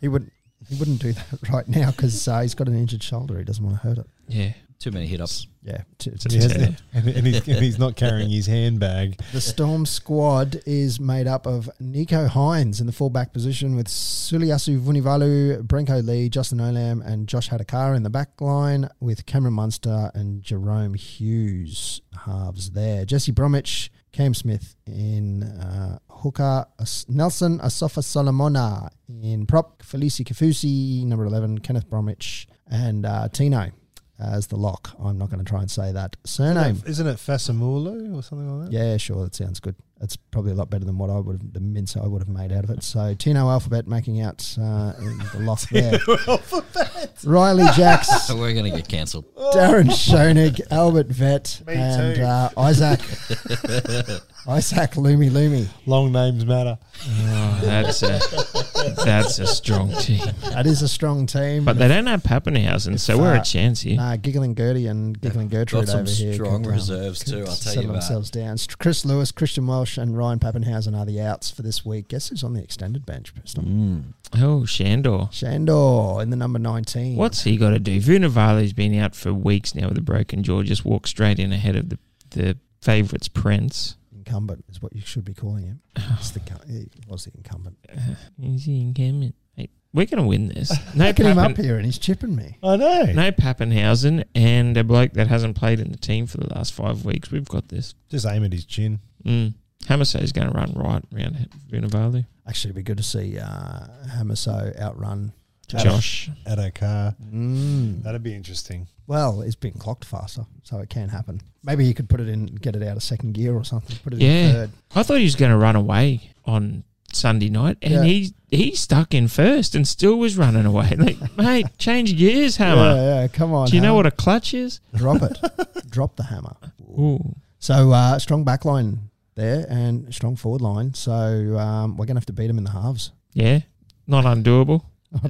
He wouldn't. He wouldn't do that right now because uh, he's got an injured shoulder. He doesn't want to hurt it.
Yeah.
Too many hit ups.
Yeah. t-
It's a
t-
tear.
and, and he's, and he's not carrying his handbag.
the Storm squad is made up of Nico Hines in the fullback position with Suliasu Vunivalu, Brenko Lee, Justin Olam, and Josh Hadakara in the back line with Cameron Munster and Jerome Hughes halves there. Jesse Bromwich, Cam Smith in uh, hooker, As- Nelson Asafa Solomona in prop, Felici Kafusi, number 11, Kenneth Bromwich, and uh, Tino as the lock. I'm not going to try and say that surname.
Isn't it Fasamulu or something like that?
Yeah, sure. That sounds good. That's probably a lot better than what I would have, the mince I would have made out of it. So Tino Alphabet making out uh, in the loss there. Riley Jacks,
So we're going to get cancelled.
Darren Schoenig, Albert Vett,
Me
and
too.
uh, Isaac. Isaac Loomy Loomy.
Long names matter.
Oh, that's a that's a strong team.
That is a strong team.
But they don't have Pappenhausen, so we're a chance here.
Nah, giggling Gertie and giggling Gertrude
Got some
over here.
strong
could, um,
reserves too. I'll tell
settle
you about.
themselves down. St- Chris Lewis, Christian Welsh, Walsh and Ryan Pappenhausen are the outs for this week. Guess who's on the extended bench,
Mm.
Pistol?
Hmm.
Oh, Shandor.
Shandor in the number 19.
What's he got to do? Vunivalu's been out for weeks now with a broken jaw. Just walked straight in ahead of the the favourites, Prince.
Incumbent is what you should be calling him. It's the, gu- he was the incumbent.
Uh, Is he incumbent? Hey, we're going to win this. No,
Picking him up
Pappen,
here and he's chipping me.
I know.
no Pappenhausen and a bloke that hasn't played in the team for the last five weeks. We've got this.
Just aim at his chin.
Mm. Hamasay's going to run right around Vunivalu.
Actually, it'd be good to see uh, Hamaso outrun.
Josh.
At a car.
Mm.
That'd be interesting.
Well, it's been clocked faster, so it can happen. Maybe he could put it in, get it out of second gear or something. Put it
Yeah.
in third.
I thought he was going to run away on Sunday night, and
Yeah.
he he stuck in first and still was running away. Like, mate, change gears, Hammer.
Yeah, yeah, come on.
Do you know
Hammer.
what a clutch is?
Drop it. Drop the hammer.
Ooh.
So uh, strong back line there and strong forward line. So um, we're going to have to beat them in the halves.
Yeah. Not undoable.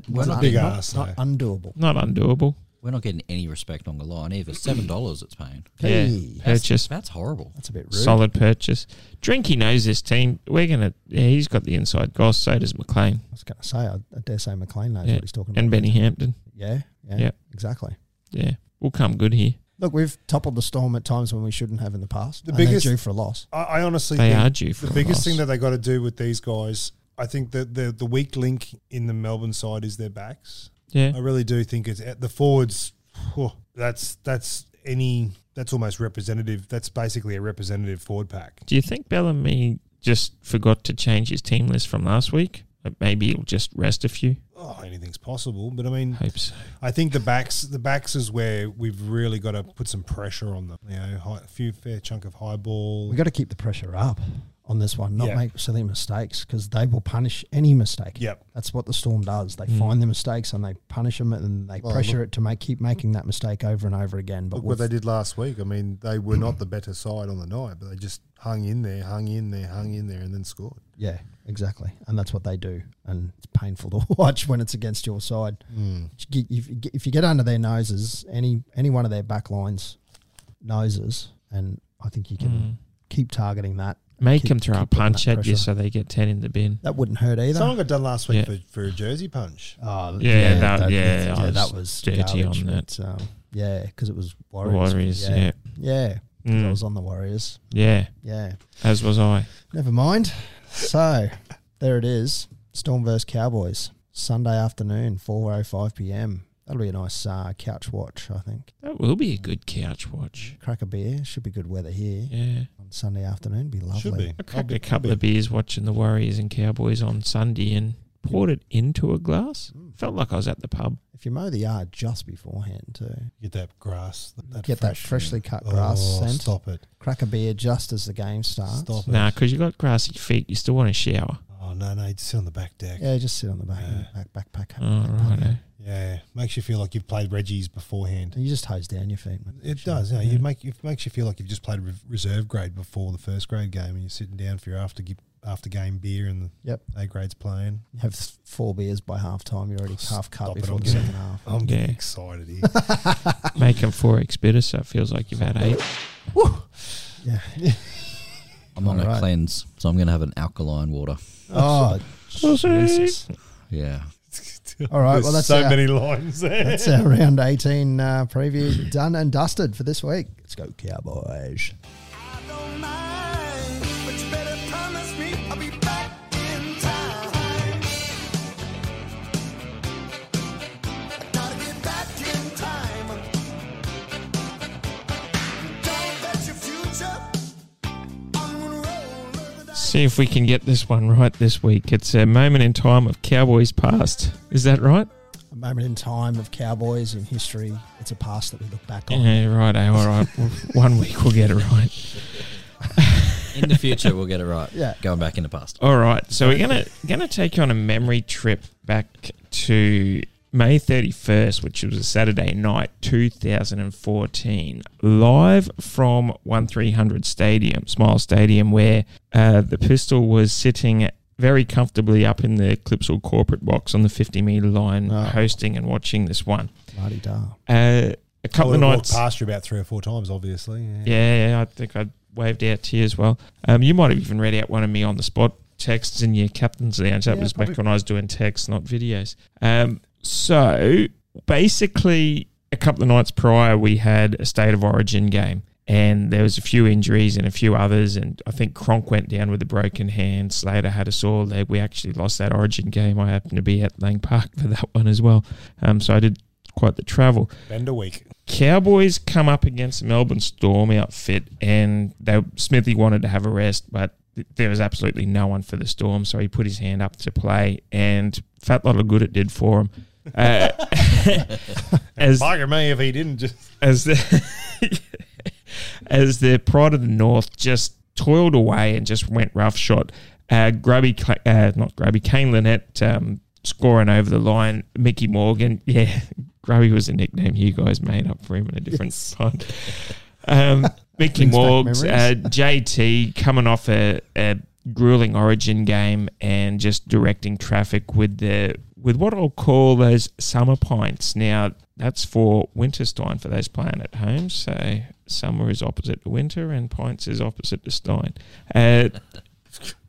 We're not,
big
not,
ass,
not
though.
undoable.
Not undoable.
we're not getting any respect on the line either. Seven dollars it's paying.
Hey,
Yeah. Purchase.
That's horrible.
That's a bit rude.
Solid purchase. Drinky knows this team. We're going to. Yeah, he's got the inside goss. So does McLean
I was going to say, I, I dare say McLean knows
Yeah.
what he's talking about.
and Benny Hampton.
yeah, yeah,
Yeah.
exactly.
Yeah. We'll come good here.
Look, we've toppled the storm at times when we shouldn't have in the past.
The
and they're
biggest-
due for a loss.
I, I honestly
They
think
are due for
the
a
biggest
loss.
thing that they got to do with these guys. I think that the the weak link in the Melbourne side is their backs.
Yeah.
I really do think it's at the forwards. whew, that's that's any that's almost representative. That's basically a representative forward pack.
Do you think Bellamy just forgot to change his team list from last week? Like, Maybe he'll just rest a few.
Oh, anything's possible, but I mean,
Hope so.
I think the backs the backs is where we've really got to put some pressure on them. You know, high, a few fair chunk of high ball.
We've got to keep the pressure up on this one, not
Yeah.
make silly mistakes because they will punish any mistake.
Yep.
That's what the storm does.
Mm.
They find the mistakes and they punish them and they
Well,
pressure it to make keep making that mistake over and over again. But
Look what
we've-
they did last week. I mean, they were not the better side on the night, but they just hung in there, hung in there, hung in there, and then scored.
Yeah, exactly. And that's what they do. And it's painful to watch when it's against your side. If, you get- if you get under their noses, any any one of their back lines noses, and I think you can
Hmm. Mm.
keep targeting that.
Make
Keep-
him throw a
keep putting
punch
that
at you
pressure.
so they get 10 in the bin.
That wouldn't hurt either.
Someone got done last week
Yeah.
for, for a jersey punch.
Oh,
Yeah, that- yeah, I was
that was
dirty
garbage,
on that.
but, Um, yeah, because it was
The
Warriors.
Warriors, yeah.
yeah, 'cause I
Mm.
was on the Warriors.
Yeah,
Yeah,
as was I.
never mind. So there it is, Storm versus Cowboys, Sunday afternoon, four oh five p.m. That'll be a nice uh, couch watch, I think.
That will be a good couch watch.
Crack a beer. Should be good weather here
Yeah.
on Sunday afternoon. Be lovely.
Should be.
I cracked a couple of beers watching the Warriors and Cowboys on Sunday and poured it into a glass.
Mm.
Felt like I was at the pub.
If you mow the yard just beforehand, too,
Get that grass. That, that
get that
fresh-
freshly cut grass
Oh,
scent.
Stop it.
Crack a beer just as the game starts.
Stop it.
Nah, because you got grassy feet, you still want to shower.
Oh, no, no. Just sit on the back deck. Yeah.
Yeah, just sit on the back
Yeah.
back backpack.
Oh, righto.
Makes you feel like you've played Reggie's beforehand.
And you just hose down your feet. mate.
It does. Yeah. You make, it makes you feel like you've just played re- reserve grade before the first grade game and you're sitting down for your after, gi- after game beer and the
Yep.
A grade's playing.
You have th- four beers by half time. You're already half cut
stop it,
before
I'm
the
getting-
second half.
I'm getting
Yeah.
excited here.
Make them four X bitter, so it feels like you've had eight.
Yeah.
I'm on
Alright.
a cleanse, so I'm gonna have an alkaline water.
Oh, Jesus.
Yeah.
All right. well,
There's
that's
so
our,
many lines there.
that's our round 18 uh, preview done and dusted for this week. Let's go, Cowboys.
I don't mind, but you better promise me I'll be back in time. I gotta get back in time. Don't bet your future on one roll.
See if we can get this one right this week. It's a moment in time of Cowboys past. Is that right?
A moment in time of Cowboys in history. It's a past that we look back
Mm-hmm.
on.
Yeah, righto. All right. Well, one week we'll get it right.
In the future we'll get it right.
Yeah.
Going back in the past.
All right, so we're gonna gonna take you on a memory trip back to May thirty first, which was a Saturday night, two thousand and fourteen, live from one three hundred Stadium, Smile Stadium, where uh, the pistol was sitting very comfortably up in the Clipsal corporate box on the fifty meter line,
Oh.
hosting and watching this one.
Bloody da.
Uh, a
I
couple of
would've Oh, walked
nights,
past you about three or four times, obviously. Yeah.
yeah, I think I waved out to you as well. Um, you might have even read out one of me on the spot texts in your captain's lounge. That
Yeah,
was
probably.
back when I was doing texts, not videos. Um, so basically, a couple of nights prior, we had a state of origin game. And there was a few injuries and a few others, and I think Cronk went down with a broken hand. Slater had a sore leg. We actually lost that Origin game. I happened to be at Lang Park for that one as well, um, so I did quite the travel.
Bender week.
Cowboys come up against the Melbourne Storm outfit, and they, Smithy wanted to have a rest, but th- there was absolutely no one for the Storm, so he put his hand up to play, and fat lot of good it did for him. Uh, as
Bugger me if he didn't just.
as the as the pride of the north just toiled away and just went rough shot. Uh, Grubby, Cla- uh, not Grubby, Kane Lynette um, scoring over the line. Mickey Morgan, yeah, Grubby was a nickname you guys made up for him in a different time. Um, Mickey
Brings back
Morgs,
memories.
uh, JT coming off a, a grueling Origin game and just directing traffic with the with what I'll call those summer pints. Now that's for winter stein for those playing at home. So summer is opposite to winter, and pints is opposite to stein. Uh,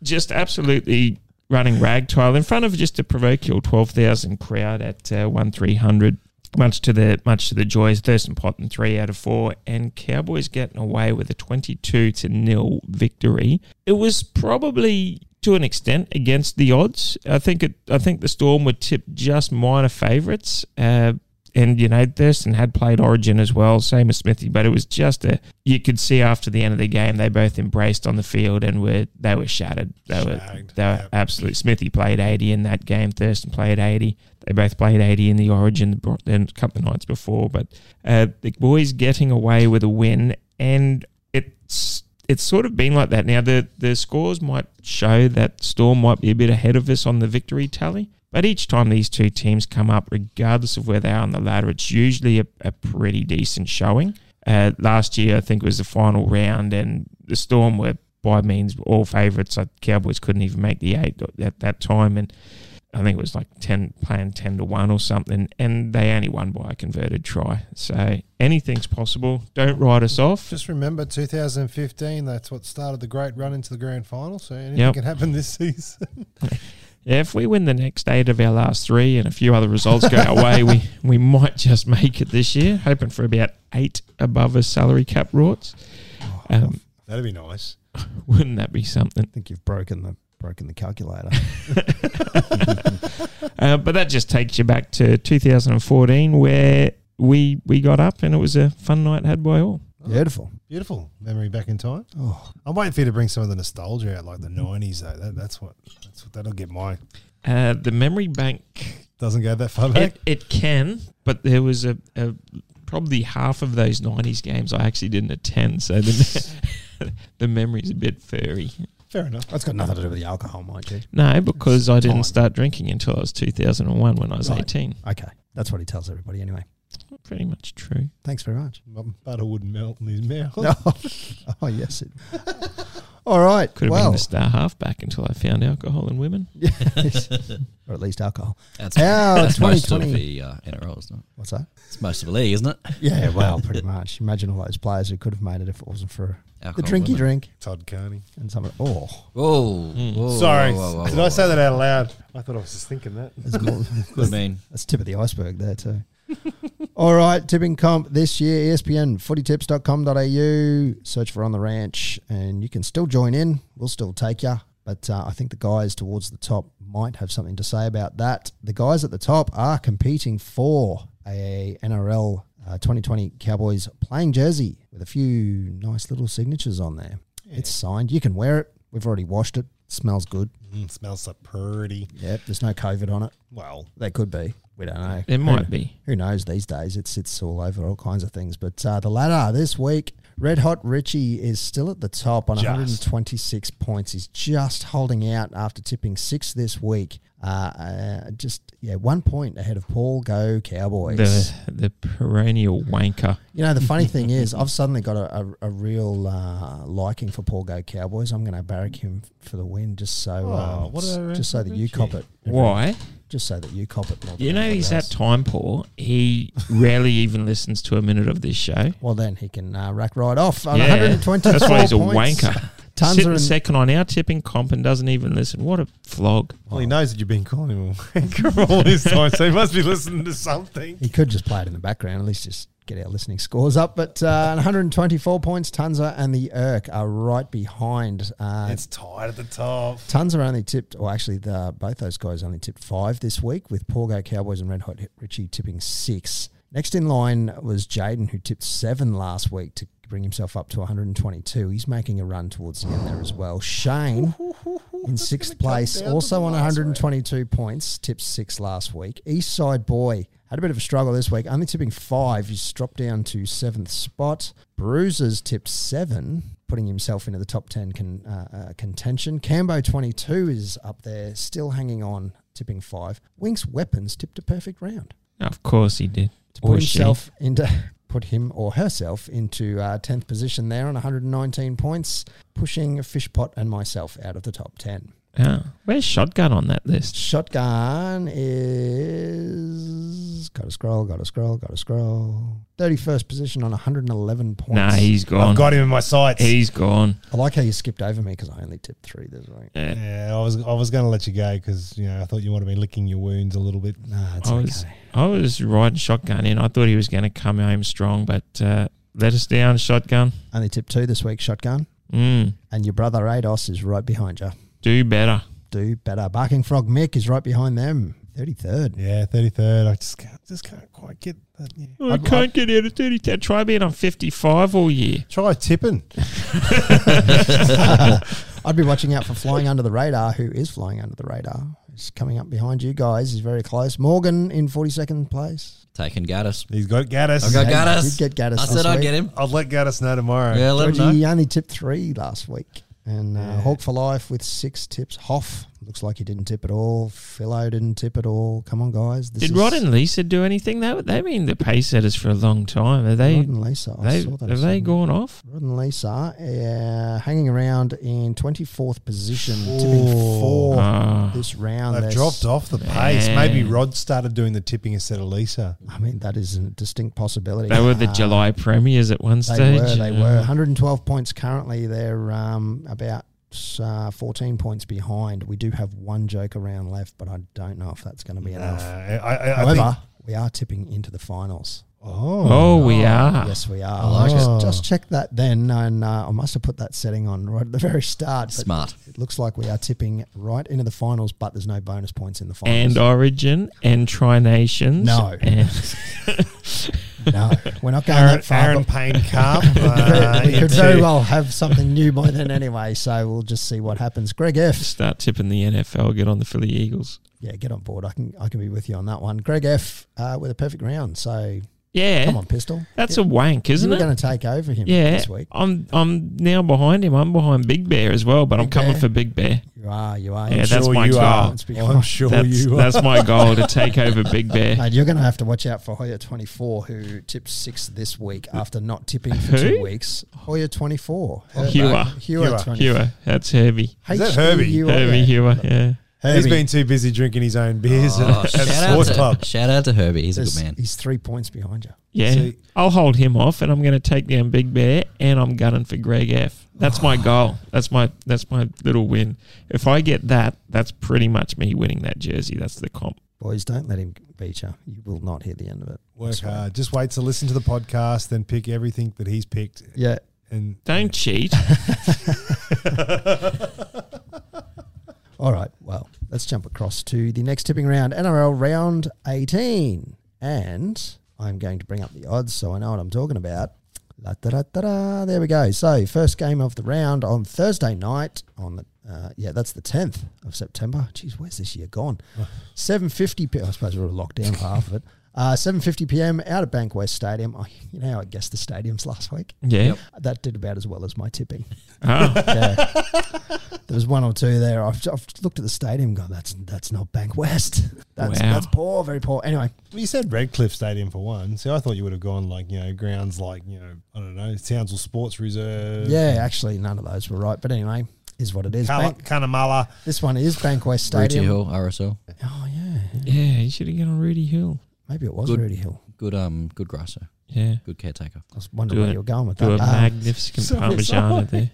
just absolutely running ragtile in front of just a proverbial twelve thousand crowd at uh, one three hundred. Much to the much to the joys, Thurston Potton three out of four, and Cowboys getting away with a twenty-two to nil victory. It was probably to an extent against the odds. I think it. I think the Storm were tipped just minor favourites. Uh, and you know Thurston had played Origin as well, same as Smithy, but it was just a you could see after the end of the game they both embraced on the field and were they were shattered. They were
Shagged,
they were
yep.
absolute. Smithy played eighty in that game. Thurston played eighty. They both played eighty in the Origin the bro- then a couple of nights before, but uh, the boys getting away with a win and it's it's sort of been like that now. The the scores might show that Storm might be a bit ahead of us on the victory tally, but each time these two teams come up, regardless of where they are on the ladder, it's usually a, a pretty decent showing. Uh, last year, I think it was the final round, and the Storm were by means all favourites. Like Cowboys couldn't even make the eight at that time, and I think it was like ten playing ten to one or something, and they only won by a converted try. So anything's possible. Don't write us off.
Just remember 2015, that's what started the great run into the grand final. So anything
Yep.
can happen this season.
Yeah, if we win the next eight of our last three and a few other results go our way, we, we might just make it this year. Hoping for about eight above a salary cap rorts. Um,
That'd be nice.
wouldn't that be something?
I think you've broken the broken the calculator.
Uh, but that just takes you back to 2014 where we we got up and it was a fun night had by all.
Beautiful.
Beautiful memory back in time.
Oh,
I'm waiting for you to bring some of the nostalgia out, like the 90s, though. That, that's what that's what that'll get my.
Uh, the memory bank
Doesn't go that far back.
It, it can, but there was a, a probably half of those '90s games I actually didn't attend, so the, the memory's a bit furry.
Fair enough.
that's got nothing to do with the alcohol, mind you.
No, because I didn't
time.
start drinking until I was 2001 when I was
Right.
18.
Okay, that's what he tells everybody anyway.
Pretty much true.
Thanks very much.
My butter wouldn't melt in his mouth.
No. oh yes. It, all right.
Could have
well,
been the star halfback until I found alcohol and women.
or at least alcohol.
That's,
Our
that's most of
2020.
the uh, NRL, isn't it?
What's that?
It's most of the league, isn't it?
Yeah. Well, pretty much. Imagine all those players who could have made it if it wasn't for the
Alcohol,
drinky
isn't it?
drink
Todd Carney.
and some. of- Oh,
Whoa, whoa,
Hmm. Sorry.
whoa, whoa, whoa,
Did
whoa,
I say that out loud? I thought I was just thinking that.
there's more-
whoa. I mean,
That's tip of the iceberg there too. All right, tipping comp this year, E ESPN, footytips.com.au. Search for On The Ranch and you can still join in. We'll still take you. But uh, I think the guys towards the top might have something to say about that. The guys at the top are competing for a NRL uh, 2020 Cowboys playing jersey with a few nice little signatures on there. It's signed. You can wear it. We've already washed it. Smells good.
Mm, smells so pretty.
Yep, there's no COVID on it.
Well,
They could be. We don't know.
There
Who
might be.
who knows these days? It's it's all over all kinds of things. But uh, the ladder this week, Red Hot Richie is still at the top on
Just.
126 points. He's just holding out after tipping six this week. Uh, uh, just yeah, one point ahead of Paul. Go Cowboys!
The the perennial wanker.
You know, the funny thing is, I've suddenly got a, a, a real uh, liking for Paul Go Cowboys. I'm going to barrack him for the win, just so uh,
Oh, what a
just so that you cop it.
Why?
Just so that you cop it. More than
You know
anybody
he's
else.
that time poor. He rarely even listens to a minute of this show.
Well, then he can uh, rack right off. On
Yeah,
124
That's why he's a
points.
wanker.
Tons
Sitting
are in-
second on our tipping comp and doesn't even listen. What a flog.
Well, he knows that you've been calling him a wanker all this time, so he must be listening to something.
He could just play it in the background. At least just get our listening scores up. But uh, 124 points. Tunza and the Irk are right behind. Uh,
It's tight at the top.
Tons are only tipped, or actually, the, both those guys only tipped five this week, with Porgo Cowboys and Red Hot Richie tipping six. Next in line was Jaden, who tipped seven last week to bring himself up to 122. He's making a run towards the end there as well. Shane in sixth place, also on 122 points, tipped six last week. East Side Boy had a bit of a struggle this week, only tipping five. He's dropped down to seventh spot. Bruisers tipped seven, putting himself into the top 10 con, uh, uh, contention. Cambo 22 is up there, still hanging on, tipping five. Winks Weapons tipped a perfect round
Of course he did.
to
Or
put
she.
himself into put him or herself into uh, 10th position there on 119 points pushing fishpot and myself out of the top 10
Yeah. Where's Shotgun on that list?
shotgun is gotta scroll gotta scroll gotta scroll 31st position on 111 points
Nah, he's gone.
I've got him in my sights.
He's gone.
i like how you skipped over me because i only tipped three this week
Yeah.
yeah, I was I was going to let you go because you know I thought you might have been licking your wounds a little bit.
nah it's
I
okay
was I was riding Shotgun in. I thought he was going to come home strong, but uh, let us down, Shotgun.
only tipped two this week shotgun
Mm,
and your brother ados is right behind you
do better.
do better barking frog mick is right behind them 33rd
Yeah, thirty third. I just can't just can't quite get that. Yeah.
I can't get out of 30. Try being on 55 all year.
Try tipping.
I'd be watching out for flying under the radar, who is flying under the radar. He's coming up behind you guys. He's very close. Morgan in 42nd place.
Taking Gaddis.
He's got Gaddis.
I got
Yeah, you
Gaddis.
did get Gaddis
I
this
said I'd
week.
get him.
I'll let Gaddis know tomorrow.
Yeah, let him know.
Georgie only tipped three last week. And uh, Hawk for Life with six tips. Hoff looks like he didn't tip at all. Philo didn't tip at all. Come on, guys. This
Did
is
Rod and Lisa do anything? They, they've been the pace setters for a long time. Are
Rod
they?
and Lisa. I
they
saw that.
have
somewhere.
they gone off?
Rod and Lisa uh, hanging around in 24th position, tipping four
Ah.
this round.
They've
They're
dropped off the pace.
Man.
Maybe Rod started doing the tipping instead of Lisa.
I mean, that is a distinct possibility.
They were the
Uh,
July premiers at one
They
stage.
were. They
Uh,
were. 112 points currently. They're um, about uh, 14 points behind. We do have one joker round left, but I don't know if that's going to be
Uh,
enough.
I, I, I
However,
think-
we are tipping into the finals.
oh,
Oh, we are.
Yes, we are.
like
just,
it.
just check that then, and uh, I must have put that setting on right at the very start. but
Smart.
It looks like we are tipping right into the finals, but there's no bonus points in the finals.
And Origin and Tri Nations.
No.
And
no, we're not going
Aaron,
that far.
Aaron
but-
Payne Cup.
Very-
Uh,
we could
into-
very well have something new by then anyway, so we'll just see what happens. Greg F.
start tipping the NFL, get on the Philly Eagles.
Yeah, get on board. I can I can be with you on that one. Greg F. Uh, with a perfect round. So
Yeah.
come on, Pistol.
That's a wank, isn't
you
it?
were going to take over him
yeah.
this week.
I'm I'm now behind him. I'm behind Big Bear as well, but I'm
Big
coming
Bear.
for Big Bear.
You are. You are.
Yeah,
You're
that's
sure
my
you
goal.
are. Oh, It's because-
I'm sure
That's
you are.
that's my goal to take over Big Bear.
Mate, you're going to have to watch out for Hoya 24, who tipped six this week after not tipping for
Who?
two weeks. Hoya 24.
Hewer.
Hewer
Hewer.
24.
Hewer. That's Herbie.
Is that Herbie?
H E U R.
Herbie Hewer. Yeah.
He's been too busy drinking his own beers
Oh,
at,
shout,
at sports
out
pub.
to, shout out to Herbie. He's a
There's-
good man.
He's three points behind you.
Yeah,
See-
I'll hold him off, and I'm going to take down Big Bear, and I'm gunning for Greg F. That's my goal. That's my that's my little win. If I get that, that's pretty much me winning that jersey. That's the comp.
Boys, don't let him beat you. You will not hear the end of it.
Work
Sorry.
hard. Just wait to listen to the podcast, then pick everything that he's picked.
Yeah.
And
Don't cheat.
All right. Well, let's jump across to the next tipping round, NRL round 18. And I'm going to bring up the odds so I know what I'm talking about. La, da, da, da, da. There we go. So, first game of the round on Thursday night on the uh, yeah, that's the 10th of September. Jeez, where's this year gone? 750 p- I suppose we're locked down for half of it. Uh, 7.50 p.m. out at Bankwest Stadium. I, you know, how I guessed the stadiums last week.
Yeah.
Yep.
That did about as well as my tipping.
Oh,
Yeah. there was one or two there. I've, I've looked at the stadium and gone, that's, that's not Bankwest. That's,
Wow.
that's poor, very poor. Anyway,
Well, you said Redcliffe Stadium for one, so I thought you would have gone like you know grounds like you know I don't know Townsville Sports Reserve.
yeah, actually, none of those were right. But anyway, is what it is.
Cala-
Bank,
Cunnamulla.
this one is Bankwest
Ruti
Stadium.
Hill, RSL.
Oh, yeah.
yeah. You should have gone on Rudy Hill.
Maybe it was
Good.
Rudy Hill.
Good um good grasser.
Yeah.
Good caretaker.
I was wondering
Do
where
it.
you were going with
Do a
that. Um,
magnificent
sorry,
parmesan there.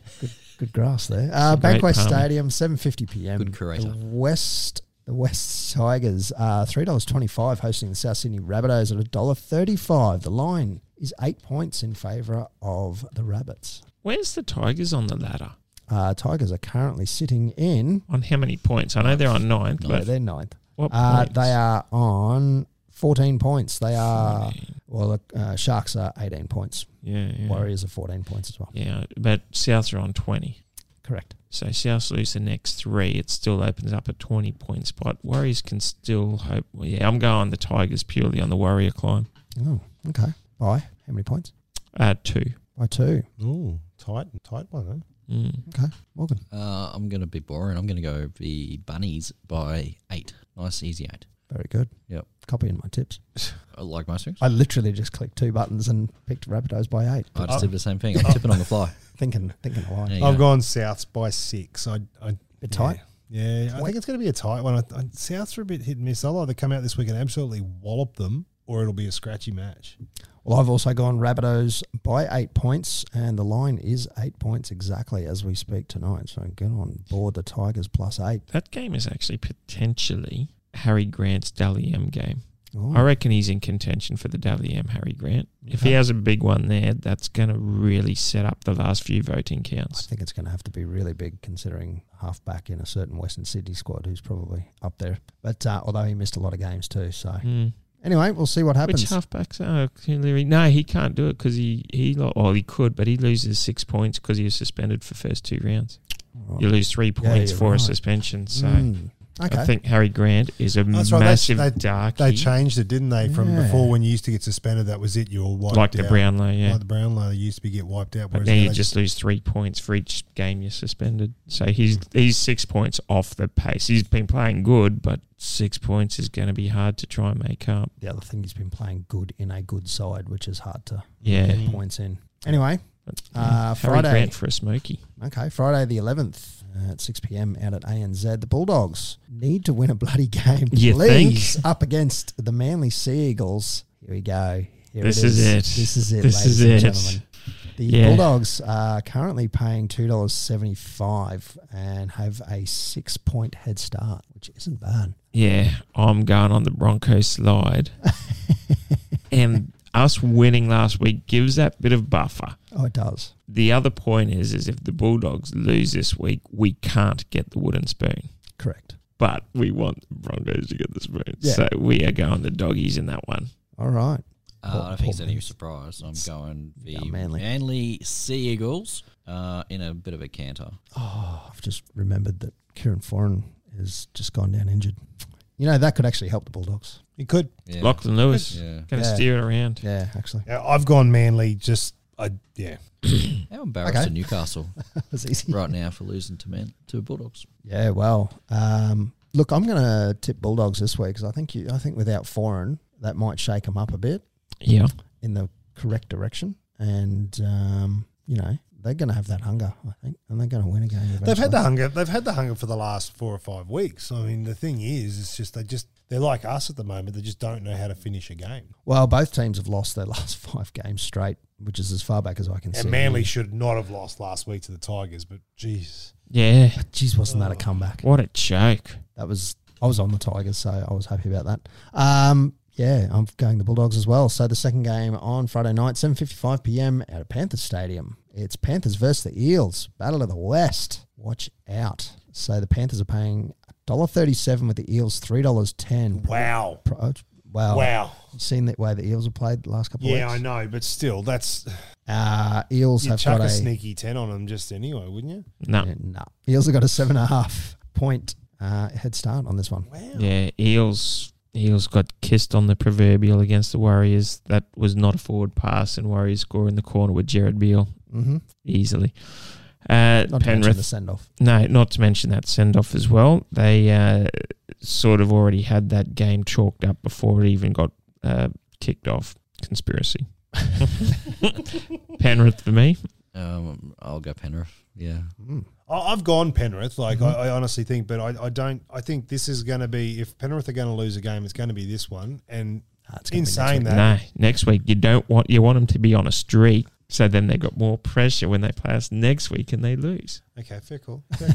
Good grass there. Uh,
It's a great
Bankwest
palm.
Stadium, seven fifty p.m.
Good curator.
The West the West Tigers, uh, three dollars twenty-five, hosting the South Sydney Rabbitohs at a dollar thirty-five. The line is eight points in favour of the Rabbits.
Where's the Tigers on the ladder?
Uh, Tigers are currently sitting in.
On how many points? I know they're on ninth,
No,
but
they're ninth.
what
Uh,
points?
they are on fourteen points. They are well. the, Uh, Sharks are eighteen points.
Yeah, yeah.
Warriors are fourteen points as well.
Yeah, but South are on twenty.
Correct.
So South lose the next three, it still opens up a twenty point spot. Warriors can still hope. Well, yeah, I'm going the Tigers purely on the Warrior climb.
Oh, okay. By how many points?
Uh, two.
By two.
Ooh, tight, tight one. Huh?
Mm.
Okay, Morgan.
Uh, I'm gonna be boring. I'm gonna go the bunnies by eight. Nice easy eight.
Very good.
Yep.
Copying my tips.
I like most things.
I literally just clicked two buttons and picked Rabbitohs by eight,
I just did the same thing.
Oh.
I'm tipping on the fly.
thinking thinking alike.
There you
I've
go.
gone Souths by six. I, I
Bit tight.
Yeah, I think it's going to be a tight one. I, I, Souths are a bit hit and miss. They'll either come out this week and absolutely wallop them, or it'll be a scratchy match.
Well, I've also gone Rabbitohs by eight points, and the line is eight points exactly as we speak tonight. So get on board the Tigers plus eight.
That game is actually potentially Harry Grant's Dally M game.
Oh,
I reckon he's in contention for the Dally M, Harry Grant. If he has a big one there, that's going to really set up the last few voting
I
counts.
think it's going to have to be really big considering halfback in a certain Western Sydney squad who's probably up there. But uh, although he missed a lot of games too, so
Mm.
anyway, we'll see what happens.
Which halfbacks? Oh, Leary. No, he can't do it because he he. lo- Well, he could, but he loses six points because he was suspended for first two rounds.
Right.
You lose three
Yeah,
points
you're
for
right.
a suspension. So
Mm.
I
Okay.
think Harry Grant is a
That's right, they-
massive
they-
dark.
They changed it, didn't they? From
Yeah.
before when you used to get suspended, that was it. You were wiped
like
out.
the Brownlow, yeah.
Like the brown line, they used to be get wiped out.
But
whereas
now you
they
just lose three points for each game you're suspended. So
Hmm.
he's he's six points off the pace. He's been playing good, but six points is going to be hard to try and make up.
the other thing he's been playing good in a good side, which is hard to
Yeah.
get points in. Anyway,
But,
Uh,
Harry
Friday.
Grant for a smoky.
okay, Friday the eleventh at six pm out at ANZ. The Bulldogs need to win a bloody game,
You
please. Up against the Manly Sea Eagles. Here we go. Here
This is it.
This is it.
This
ladies
is
and
it.
Gentlemen. The
Yeah.
Bulldogs are currently paying two dollars seventy five and have a six point head start, which isn't bad.
Yeah, I'm going on the Broncos slide. and us winning last week gives that bit of buffer.
Oh, it does.
The other point is, is if the Bulldogs lose this week, we can't get the wooden spoon.
Correct.
But we want the Broncos to get the spoon.
Yeah.
So we are going the doggies in that one.
All right.
Uh, I
Poor-
don't think it's
poor
any
Manly.
surprise. I'm going the
Yeah, Manly.
Manly. Sea Eagles uh, in a bit of a canter.
Oh, I've just remembered that Kieran Foran has just gone down injured. You know, that could actually help the Bulldogs.
you could.
Yeah.
Lachlan Lewis.
Yeah.
Going to
Yeah.
steer it around.
Yeah, actually.
Yeah, I've gone Manly. Just I yeah.
How embarrassed
Okay.
are Newcastle
That was easy.
right now for losing to Man to Bulldogs?
Yeah, well, um, look, I'm going to tip Bulldogs this week because I think you, I think without Foran, that might shake them up a bit
Yeah.
in the correct direction. And, um, you know, they're going to have that hunger, I think, and they're going to win a game.
They've had
eventually.
the hunger. They've had the hunger for the last four or five weeks. I mean, the thing is, it's just they just they're like us at the moment. They just don't know how to finish a game.
Well, both teams have lost their last five games straight, which is as far back as I can see.
And Manly should not have lost last week to the Tigers, but jeez,
Yeah.
Jeez, wasn't that a comeback?
What a joke.
that was I was on the Tigers, so I was happy about that. Um, yeah, I'm going the Bulldogs as well. So the second game on Friday night, 7:55 p.m. out at Panthers Stadium. It's Panthers versus the Eels, Battle of the West. Watch out. So the Panthers are paying $1.37 with the Eels $3.10.
wow,
Pro- oh, Wow.
wow.
You Seen the way the Eels have played the last couple
Yeah,
of
I
weeks?
know, but still, that's
Uh, Eels
you
have
chuck
got
a
a
sneaky ten on them just anyway, wouldn't you?
No.
Yeah, no. Eels have got a seven and a half point uh, head start on this one.
Wow.
Yeah, Eels Eels got kissed on the proverbial against the Warriors. That was not a forward pass, and Warriors score in the corner with Jared Beal
Mm-hmm.
easily. Uh,
Not to mention
Penrith
the send off.
No, not to mention that send off as well. They uh, sort of already had that game chalked up before it even got uh, kicked off. Conspiracy. Penrith for me.
Um, I'll go Penrith. Yeah.
I- I've gone Penrith. Like
Mm-hmm.
I, I honestly think, but I, I don't. I think this is going to be if Penrith are going to lose a game, it's going to be this one. And
Uh,
in saying that,
No, next week you don't want you want them to be on a streak. So then they got more pressure when they play us next week and they lose.
okay, fair call, fair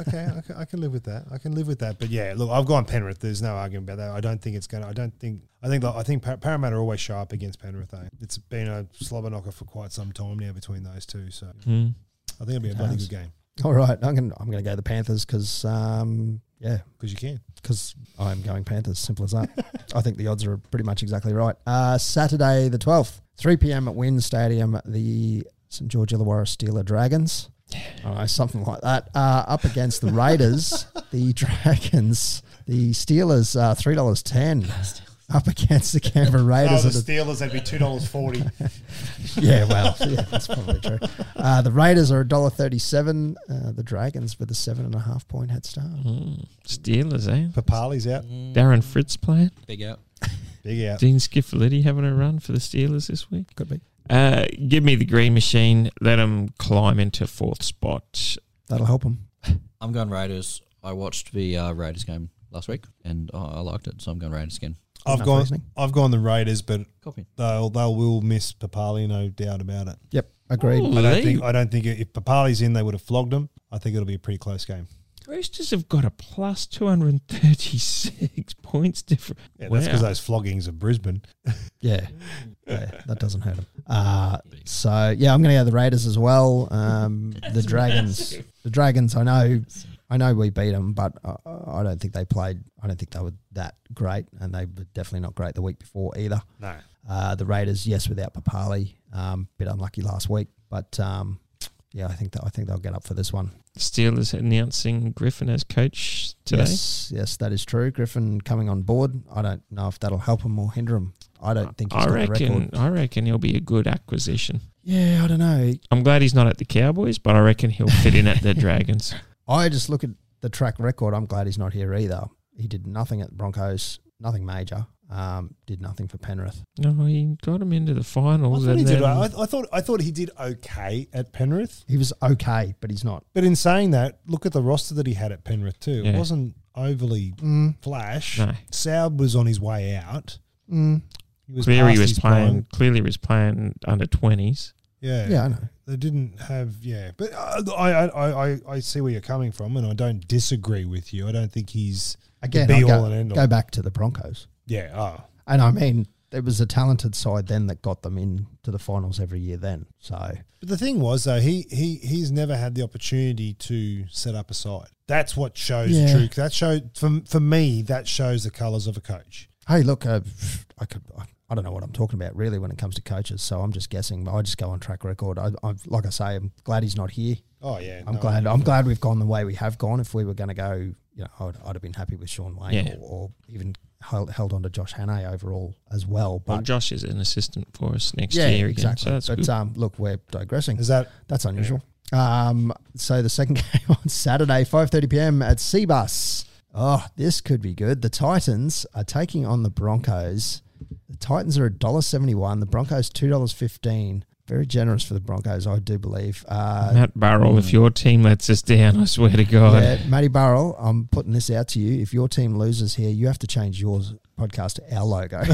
okay, I can, I can live with that. I can live with that. But yeah, look, I've gone Penrith. There's no argument about that. I don't think it's going to. I don't think. I think. I think Par- Parramatta always show up against Penrith. Though it's been a slobber knocker for quite some time now between those two. So
Hmm.
I think it'll be a bloody good game
All right, I'm going. to I'm going to go the Panthers because, um, yeah,
because you can.
because I'm going Panthers. Simple as that. I think the odds are pretty much exactly right. Uh, Saturday the 12th, 3 p.m. at Wynn Stadium, the St George Illawarra Steeler Dragons. I don't know, something like that. Uh, up against the Raiders, the Dragons, the Steelers, uh, three dollars ten. Up against the Canberra Raiders, at the
Oh, Steelers. That'd be two dollars forty.
yeah, well, yeah, that's probably true. Uh, the Raiders are $1.37. Uh, the Dragons with a seven and a half point head start.
Mm. Steelers, eh?
Papali's out.
Darren Fritz playing.
Mm. Big out.
Big out.
Dean Skiffolitti having a run for the Steelers this week.
Could be.
Uh, give me the green machine. Let them climb into fourth spot.
That'll help them.
I'm going Raiders. I watched the uh, Raiders game last week and oh, I liked it, so I'm going Raiders again.
I've
Enough
gone.
reasoning.
I've gone the Raiders, but
Copy.
They'll they will miss Papali, no doubt about it.
Yep, agreed.
Ooh.
I
Lee.
don't think I don't think if Papali's in, they would have flogged him. I think it'll be a pretty close game.
Roosters have got a plus 236 points difference.
Yeah, that's because
Wow.
those floggings of Brisbane.
Yeah. yeah, that doesn't hurt them. Uh, so yeah, I'm going to go the Raiders as well. Um, the Dragons, the Dragons. I know, I know we beat them, but I, I don't think they played. I don't think they were that great, and they were definitely not great the week before either.
No,
Uh, the Raiders, yes, without Papali, um, bit unlucky last week, but um, yeah, I think that I think they'll get up for this one.
Steelers announcing Griffin as coach today.
Yes, yes, that is true. Griffin coming on board. I don't know if that'll help him or hinder him. I don't think he's
I
got a
reckon
record.
I reckon he'll be a good acquisition.
Yeah, I don't know.
I'm glad he's not at the Cowboys, but I reckon he'll fit in at the Dragons.
I just look at the track record. I'm glad he's not here either. He did nothing at the Broncos, nothing major. Um, did nothing for Penrith.
No, he got him into the
I
finals.
thought
and
he did.
then-
I, I thought I thought he did okay at Penrith.
He was okay, but he's not.
But in saying that, look at the roster that he had at Penrith too.
Yeah.
It wasn't overly
Mm,
flash.
No.
Saub was on his way out.
mm,
He was
Cleary
past
was
his
playing.
prime.
Clearly was playing under twenties.
Yeah,
yeah, I know.
They didn't have, yeah. But uh, I, I, I, I see where you're coming from, and I don't disagree with you. I don't think he's
Again,
be
I'll
all and
go,
end all.
go back to the Broncos.
yeah. Oh,
And I mean, it was a talented side then that got them in to the finals every year then. So
But the thing was though, he he he's never had the opportunity to set up a side. That's what shows
Yeah.
true. That shows for for me that shows the colours of a coach.
Hey, look, uh, I could. I, I don't know what I'm talking about really when it comes to coaches, so I'm just guessing. I just go on track record. I, I'm like I say, I'm glad he's not here.
Oh yeah,
I'm
no,
glad. I'm glad we've gone the way we have gone. If we were going to go, you know, I'd, I'd have been happy with Sean Wayne
Yeah.
or, or even held, held on to Josh Hannay overall as well. But
Well, Josh is an assistant for us next
yeah,
year again,
exactly.
so that's
but
good.
um, look, we're digressing.
Is that
That's unusual. Um, so the second game on Saturday, five thirty PM at Seabus. Oh, this could be good. The Titans are taking on the Broncos. The Titans are $1.71. The Broncos two dollars fifteen. Very generous for the Broncos, I do believe. Uh,
Matt Burrell,
Mm.
if your team lets us down, I swear to God.
yeah, Matty Burrell, I'm putting this out to you. If your team loses here, you have to change your podcast to our logo.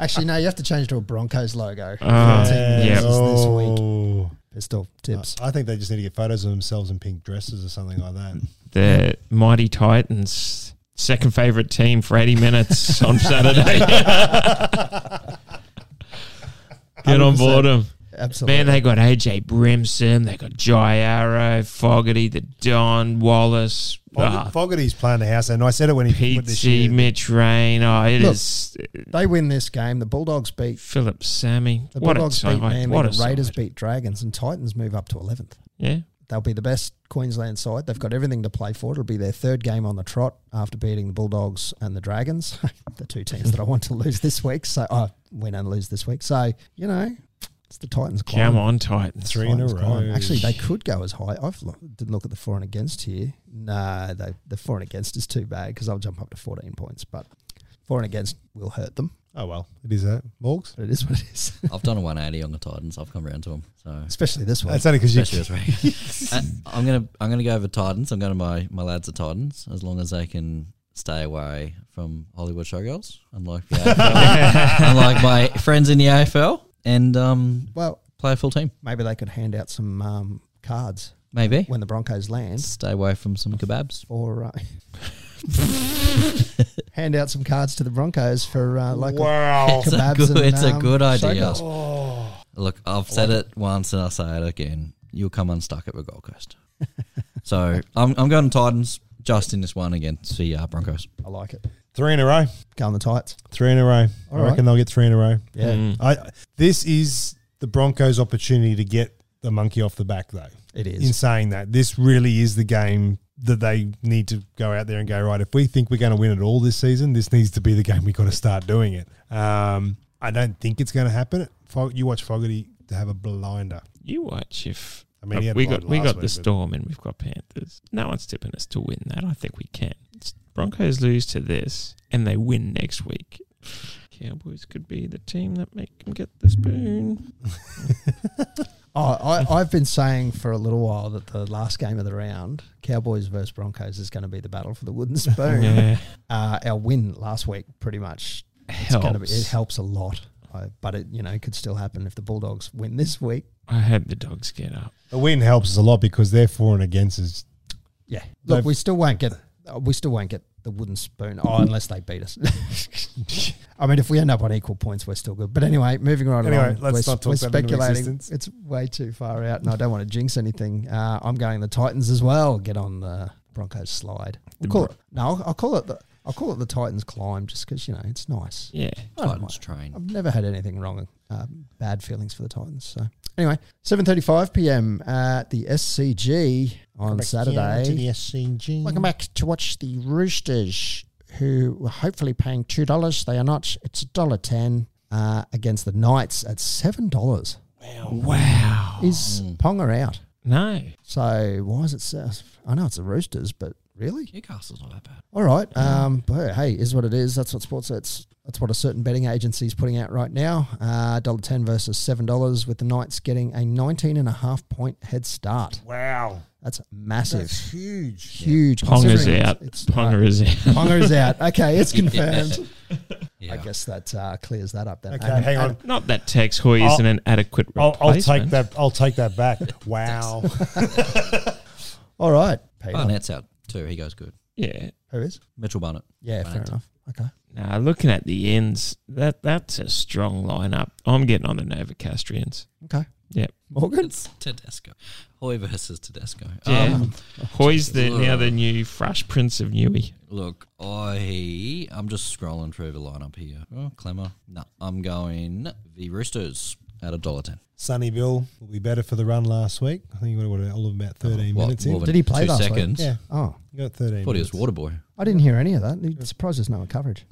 Actually, no, you have to change to a Broncos logo.
Uh,
Team
yeah.
loses this week.
Oh.
Pistol tips.
I think they just need to get photos of themselves in pink dresses or something like that.
the mighty Titans, second favorite team for 80 minutes on Saturday. Get on board them.
Absolutely.
Man, they got AJ Brimson, they got Jairo, Fogarty, the Don, Wallace,
Fog-
ah,
Fogarty's playing the house, and I said it when he went this
Peachy,
year.
Mitch Rain. Oh, it
Look.
is
They win this game. The Bulldogs beat
Philip Sammy.
the
what a
Bulldogs
time.
beat Manly.
what a
the Raiders
side.
beat Dragons, and Titans move up to eleventh.
Yeah.
They'll be the best Queensland side. They've got everything to play for. It'll be their third game on the trot after beating the Bulldogs and the Dragons, the two teams that I want to lose this week. So I win and lose this week. So you know, it's the Titans. climb.
Come on, Titans.
Three in a
Titans climb.
row.
Actually, they could go as high. I've lo- did look at the for and against here. No, they, the for and against is too bad because I'll jump up to fourteen points. But for and against will hurt them.
Oh well, it is that Morgs.
But it is what it is.
I've done a 180 on the Titans. I've come round to them. So
Especially this one.
That's only because you.
Especially this week. Uh, I'm gonna I'm gonna go over Titans. I'm going to my my lads are Titans as long as they can stay away from Hollywood showgirls. Unlike the AFL, unlike my friends in the AFL, and um,
Well,
play a full team.
maybe they could hand out some um, cards
Maybe
when the Broncos land
stay away from some kebabs.
for uh, hand out some cards to the Broncos for uh, local
Wow.
It's a
kebabs.
good,
and,
it's a
um,
good idea.
showgirls.
Oh.
Look, I've said it once and I'll say it again. You'll come unstuck at the Gold Coast. so I'm, I'm going Titans just in this one against the uh, Broncos.
I like it.
Three in a row.
Go on the tights.
Three in a row.
All
I
right.
reckon Mm. they'll get three in a row.
Yeah.
Mm.
Oh.
I, this is the Broncos' opportunity to get the monkey off the back, though.
It is.
In saying that, this really is the game that they need to go out there and go right. If we think we're going to win it all this season, this needs to be the game we got to start doing it. Um, I don't think it's going to happen. Fog, you watch Fogarty to have a blinder.
You watch if.
I mean, he had
we
one
got we
last
got
week,
the
but-
storm and we've got Panthers. No one's tipping us to win that. I think we can. It's Broncos lose to this and they win next week. Cowboys could be the team that make them get the spoon.
Oh, I, I've been saying for a little while that the last game of the round, Cowboys versus Broncos, is going to be the battle for the wooden spoon.
Yeah,
uh, our win last week pretty much it's gonna Be, it
helps.
helps a lot, I, but it you know could still happen if the Bulldogs win this week.
I hope the dogs get up.
A win helps us a lot because they're for and against us.
Yeah, look,
They've-
we still won't get uh, we still won't get the wooden spoon oh, unless they beat us. I mean, if we end up on equal points, we're still good. But anyway, moving right
Anyway,
along.
let's
we're,
not talk
we're
that into
speculating.
existence.
It's way too far out, and I don't want to jinx anything. Uh, I'm going the Titans as well. Get on the Broncos slide. We'll call it, no, I'll, I'll call it the I'll call it the Titans climb just because you know it's nice.
Yeah,
I don't
Titans train.
I've never had anything wrong, uh, bad feelings for the Titans. So anyway, seven thirty-five p.m. at the SCG on Saturday.
SCG.
Welcome back to watch the Roosters, who were hopefully paying two dollars. They are not. It's a dollar ten uh, against the Knights at seven dollars.
wow.
Is Ponga out?
No,
So why is it? So, I know it's the Roosters, but really,
Newcastle's not that bad.
all right. Um, but hey, is what it is. That's what sports. That's that's what a certain betting agency is putting out right now. Uh, dollar ten versus seven dollars, with the Knights getting a nineteen and a half point head start.
Wow.
That's massive,
That's huge.
huge.
Ponga's
considering
out.
It's, it's,
Ponga
uh,
is out.
Ponga is out. Okay, it's confirmed.
Yeah.
I guess that uh, clears that up. Then.
Okay,
And-
hang on.
and-
Not that Tex Hoy isn't an adequate
I'll,
replacement.
I'll take that. I'll take that back. Wow.
all right, Peter.
Barnett's Oh, out too. He goes good.
Yeah.
Who is?
Mitchell Barnett.
Yeah, fair
Barnett.
enough. Okay.
Now, looking at the ends, that that's a strong lineup. I'm getting on the Novocastrians.
Okay.
Yep.
Morgan.
It's Tedesco. Hoy versus Tedesco.
Yeah.
Um,
Hoy's the now the new Fresh Prince of Newey.
look, I I'm just scrolling through the lineup here. Oh, Clemmer. No, I'm going the Roosters at a dollar ten.
Sunnyville will be better for the run last week. I think he got it all of about 13
Oh, What,
minutes
more
in.
than
Did he play
two
last week?
seconds?
Yeah,
Oh,
he got 13.
Thought he was
minutes.
Waterboy.
I didn't hear any of that. It's surprised there's no one coverage.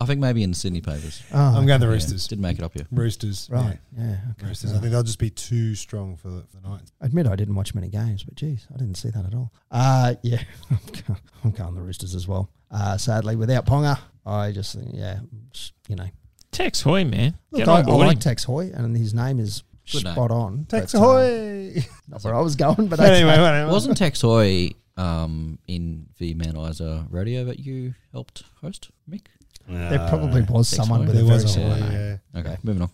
I think maybe in the Sydney papers.
Oh,
I'm going the
Yeah,
Roosters.
Didn't make it up here.
Roosters.
right.
yeah,
Yeah. okay.
Roosters. I think they'll just be too strong for the, for the Knights.
admit I didn't watch many games, but geez, I didn't see that at all. Uh, yeah, I'm go- I'm going the Roosters as well. Uh, sadly, without Ponga, I just think, yeah, sh- you know.
Tex Hoy, man.
Look,
Get
I, I
on board
like
him.
Tex Hoy, and his name is
Good name.
spot on.
Tex
but, um,
Ahoy!
not where I was going, but
anyway,
anyway.
anyway.
Wasn't Tex Hoy um, in the Mount Isa rodeo that you helped host, Mick?
There probably
Uh,
was
Tex
someone
Hoy.
with
there
a very
was a
similar
Ahoy,
name.
yeah.
Okay, moving on.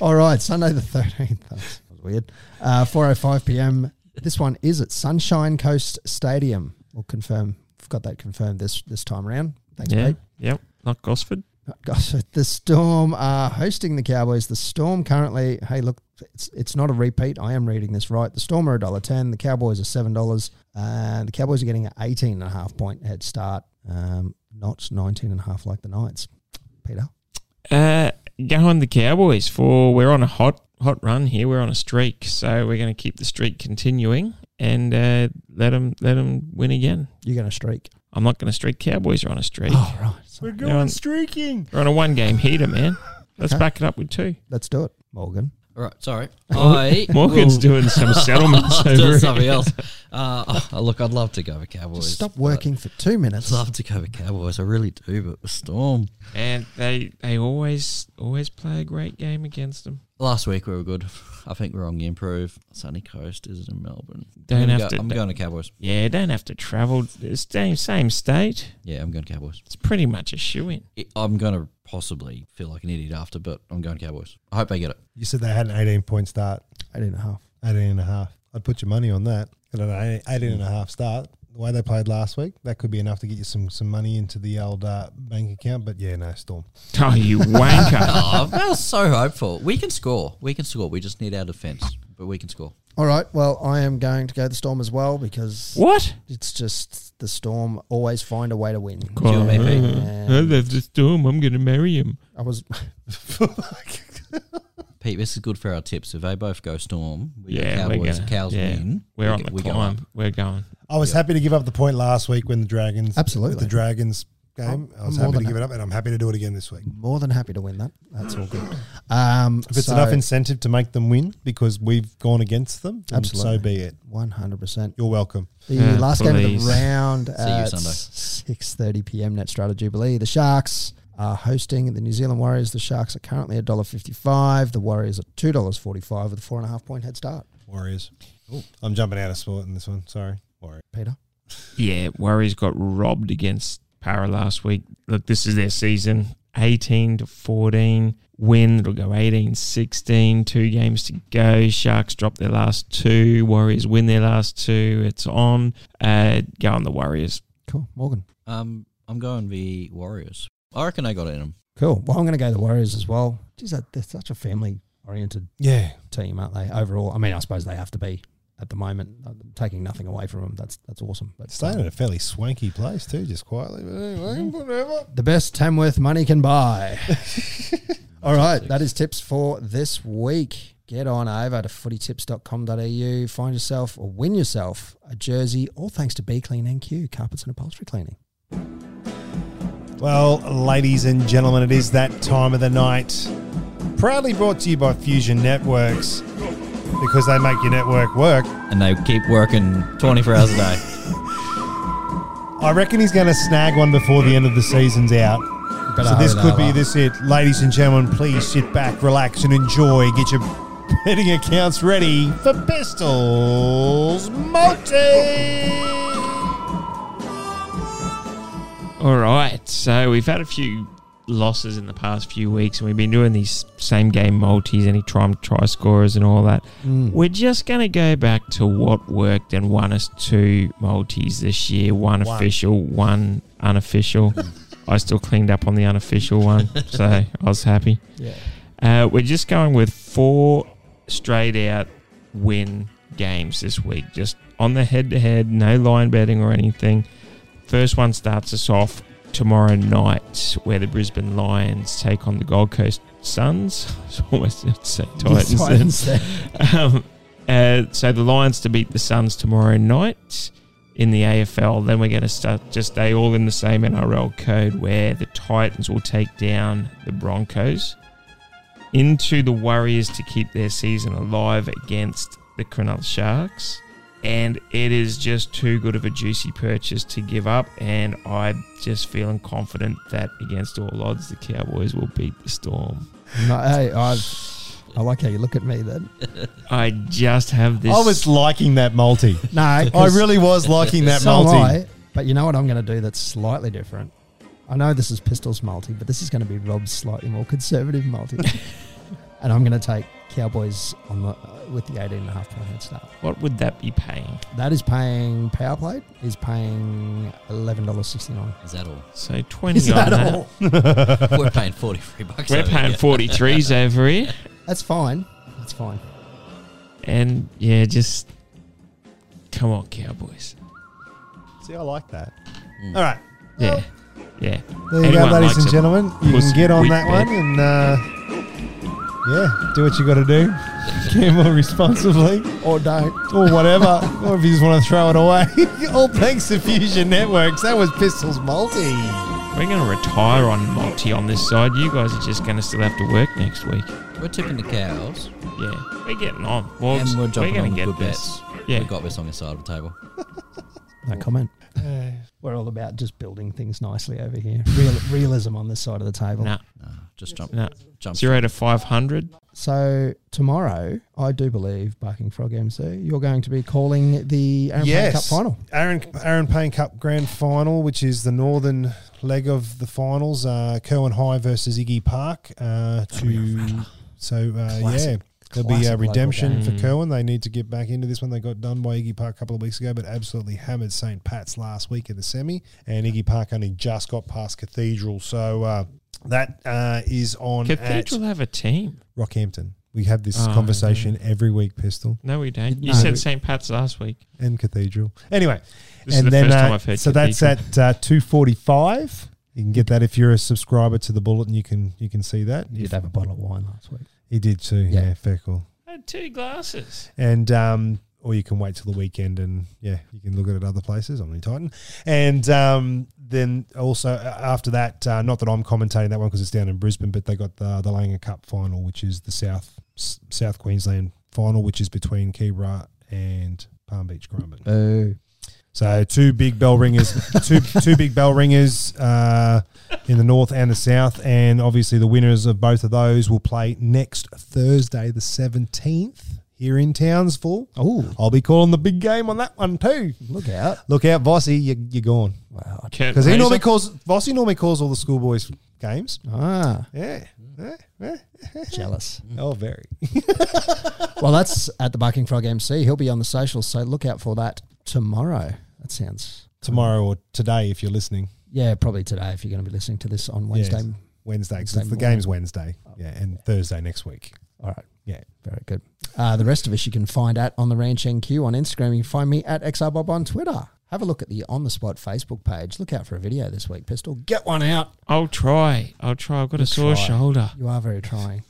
All right, Sunday the 13th. That was weird. Uh, 4.05 p.m. This one is at Sunshine Coast Stadium. We'll confirm. We've got that confirmed this this time round. Thanks,
Yeah.
mate.
Yep. Not Gosford.
Gosh, the Storm are hosting the Cowboys. The Storm currently, hey, look, it's it's not a repeat. I am reading this right. The Storm are a dollar ten. The Cowboys are seven dollars. And the Cowboys are getting an eighteen and a half point head start. Um, not nineteen and a half like the Knights. Peter,
Uh, go on the Cowboys for we're on a hot hot run here. We're on a streak, so we're going to keep the streak continuing and uh, let them win again.
You're going to streak.
I'm not going to streak. Cowboys are on a streak.
Oh, right.
We're
Sorry.
going
going
Yeah.
streaking.
We're on a one game heater, man. Let's
Okay.
back it up with two.
Let's do it, Morgan.
All right, sorry. I
Morgan's
will-
doing some settlements
I'll do
over
something
here.
else. Uh, oh, look, I'd love to go with Cowboys.
Just
uh,
stop
but
working for two
I'd
minutes.
love to go with Cowboys. I really do, but the Storm.
And they they always always play a great game against them.
Last week we were good. I think we're on the improve. Sunny Coast is in Melbourne.
Don't
I'm
have
go-
to-
I'm going to Cowboys.
Yeah, don't have to travel. It's same same state.
Yeah, I'm going to Cowboys.
It's pretty much a shoe in.
I- I'm going to possibly feel like an idiot after, but I'm going Cowboys. I hope they get it.
You said they had an 18 point start,
Eight and a half.
18 and a half. I'd put your money on that. At an 18 18 and a half start, the way they played last week, that could be enough to get you some, some money into the old uh, bank account. But yeah, no, Storm.
Oh, you wanker!
Oh, that was so hopeful. We can score. We can score. We just need our defense, but we can score.
All right. Well, I am going to go the Storm as well because
what?
it's just the Storm always find a way to win.
Kill me, mate.
And
I love Uh, the storm. I'm going to marry him.
I was
Pete, this is good for our tips. If they both go Storm, we
Yeah,
go
we're
Cowboys.
gonna-
cows
yeah.
win.
We're
we
on
go-
the
we go
climb.
up.
We're going.
I was
Yeah.
happy to give up the point last week when the Dragons
Absolutely.
with the Dragons game. i
I'm
was
more
happy to
than
give it up, and I'm happy to do it again this week.
more than happy to win that. That's all good. Um,
If it's
so-
enough incentive to make them win because we've gone against them, then
Absolutely.
so be it.
100%.
You're welcome.
The
Yeah,
last game of
please.
the round
you
at
Sunday.
6.30 p.m. Net Strata Jubilee. The Sharks are hosting the New Zealand Warriors. The Sharks are currently $1.55. The Warriors are $2.45 with a four and a half point head start.
Warriors. I'm jumping out of sport in this one. Sorry. Warriors.
Peter?
Yeah, Warriors got robbed against Para last week. Look, this is their season 18 to 14 win. It'll go 18 16, two games to go. Sharks drop their last two. Warriors win their last two. It's on. Uh, go on the Warriors.
Cool. Morgan?
Um, I'm going the Warriors. I reckon they got it in them.
Cool. Well, I'm going to go the Warriors as well. Geez, that- they're such a family-oriented
Yeah.
team, aren't they? Overall, I mean, I suppose they have to be at the moment. I'm taking nothing away from them. That's that's awesome. But um,
Staying at a fairly swanky place too, just quietly. But anyway,
Mm-hmm.
whatever.
the best Tamworth money can buy. All right, that is tips for this week. Get on over to footytips.com.au, find yourself or win yourself a jersey, all thanks to Be Clean NQ, carpets and upholstery cleaning.
Well, ladies and gentlemen, it is that time of the night. Proudly brought to you by Fusion Networks because they make your network work.
And they keep working 24 hours a day.
I reckon he's going to snag one before the end of the season's out.
Better
so this
hurry
could
that
be
up.
this it. Ladies and gentlemen, please sit back, relax, and enjoy. Get your betting accounts ready for Pistols Multi.
All right. So we've had a few losses in the past few weeks, and we've been doing these same game multis, any try, try scorers, and all that.
Mm.
We're just going to go back to what worked and won us two multis this year one,
One.
official, one unofficial. I still cleaned up on the unofficial one, so I was happy.
Yeah.
Uh, we're just going with four straight out win games this week, just on the head to head, no line betting or anything. First one starts us off tomorrow night, where the Brisbane Lions take on the Gold Coast Suns. I was almost about to say Titans. then. Um, uh, so the Lions to beat the Suns tomorrow night in the AFL. Then we're going to start just stay all in the same NRL code where the Titans will take down the Broncos into the Warriors to keep their season alive against the Cronulla Sharks. And it is just too good of a juicy purchase to give up. And I'm just feeling confident that against all odds, the Cowboys will beat the Storm.
No, hey, I've, I like how you look at me then.
I just have this.
I was liking that multi.
No,
I really was liking that
so am
multi.
I, but you know what I'm going to do that's slightly different? I know this is Pistols multi, but this is going to be Rob's slightly more conservative multi. and I'm going to take Cowboys on the, uh, with the 18 and a half point head start.
What would that be paying?
That is paying power plate is paying eleven dollars sixty nine.
Is that all?
So twenty on that.
We're paying 43 bucks.
We're
over
paying
here.
forty threes over here,
That's fine. That's fine.
and yeah, just come on, Cowboys.
See, I like that. All right.
Yeah, yeah.
There you
Anyone
go, ladies
likes
and
it.
gentlemen. You
Puss
can get on
wheat
that
bread.
one and uh, Yeah, do what you got to do. Gamble responsibly
Or don't.
or whatever. or if you just want to throw it away. All thanks to Fusion Networks. That was Pistols Multi.
We're going to retire on multi on this side. You guys are just going to still have to work next week.
We're tipping the cows
Yeah, we're getting on. Wogs,
and we're jumping
gonna
on
get
good
this.
bets.
Yeah.
We got this on the side of the table.
No comment. We're all about just building things nicely over here. Real, realism on this side of the table.
Nah,
No, just jump.
nah.
jump.
Zero to 500.
So tomorrow, I do believe Barking Frog MC, you're going to be calling the Aaron Payne Cup
Yes.
final.
Aaron Aaron Payne Cup Grand Final, which is the northern leg of the finals. Uh, Kerwin High versus Iggy Park. Uh, to so uh, yeah.
Classic.
There'll be
Classic
a
local
redemption
game.
for
Mm.
Kerwin. They need to get back into this one. They got done by Iggy Park a couple of weeks ago, but absolutely hammered St. Pat's last week in the semi. And Iggy Park only just got past Cathedral. So uh, that uh, is on
Cathedral have a team.
at Rockhampton. We have this
Oh,
conversation every week, Pistol
No, we don't. You
No.
said St. Pat's last week.
and Cathedral. Anyway,
This is the first time I've heard
uh, so that's
Cathedral.
at uh, two forty five. You can get that if you're a subscriber to the bulletin. You can you can see that.
You did have a bottle of wine last week.
He did too.
Yeah.
Yeah, fair call.
I had two glasses.
And um, or you can wait till the weekend and yeah, you can look at it other places. Omni Titan, and um, then also uh, after that, uh, not that I'm commentating that one because it's down in Brisbane, but they got the the Langer Cup final, which is the South S- South Queensland final, which is between Keebra and Palm Beach Crumbin.
Oh,
So two big bell ringers, two two big bell ringers uh, in the north and the south, and obviously the winners of both of those will play next Thursday, the seventeenth, here in Townsville.
oh,
I'll be calling the big game on that one too.
look out!
Look out, Vossi, you, you're gone
Wow.
Kurt
because he normally
Razor.
calls Vossi normally calls all the schoolboys games.
Ah,
Yeah, yeah, yeah.
jealous.
oh, very.
Well, that's at the Barking Frog MC. He'll be on the socials, so look out for that tomorrow. That sounds
Tomorrow or today, if you're listening,
yeah, probably today if you're going to be listening to this on Wednesday.
Yes. Wednesday because
Wednesday
the game's Wednesday. Yeah, and Thursday next week.
All right.
Yeah.
Very good. Uh, the rest of us you can find at on the Ranch NQ on Instagram. You can find me at XRBob on Twitter. Have a look at the On the Spot Facebook page. Look out for a video this week, Pistol. Get one out.
I'll try. I'll try. I've got a sore
try.
shoulder.
You are very trying.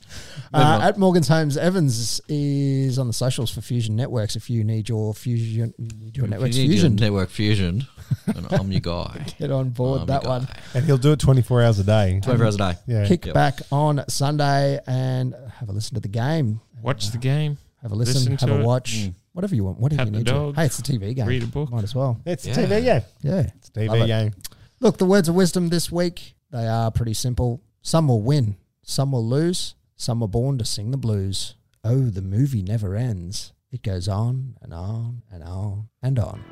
Uh, at Morgan's Homes, Evans is on the socials for Fusion Networks. If you need your Fusion, your
Network
networks
fusion.
Fusion,
Network fusion. and I'm your guy.
get on board
Oh,
I'm
that
your
one.
guy.
And he'll do it 24 hours a day.
24 hours a day.
Yeah.
Kick
Yep.
back on Sunday and have a listen to the game.
Watch the game.
Have a listen,
Listen
have
to
a
it.
watch,
Mm.
whatever you want, whatever
Pat
you
the
need to.
dog.
Hey, it's a TV game.
Read a book.
Might as well.
It's
Yeah.
TV, yeah.
Yeah.
It's
Love it.
TV, yeah.
Look, the words of wisdom this week, they are pretty simple. Some will win, some will lose, some are born to sing the blues. Oh, the movie never ends. It goes on and on and on and on.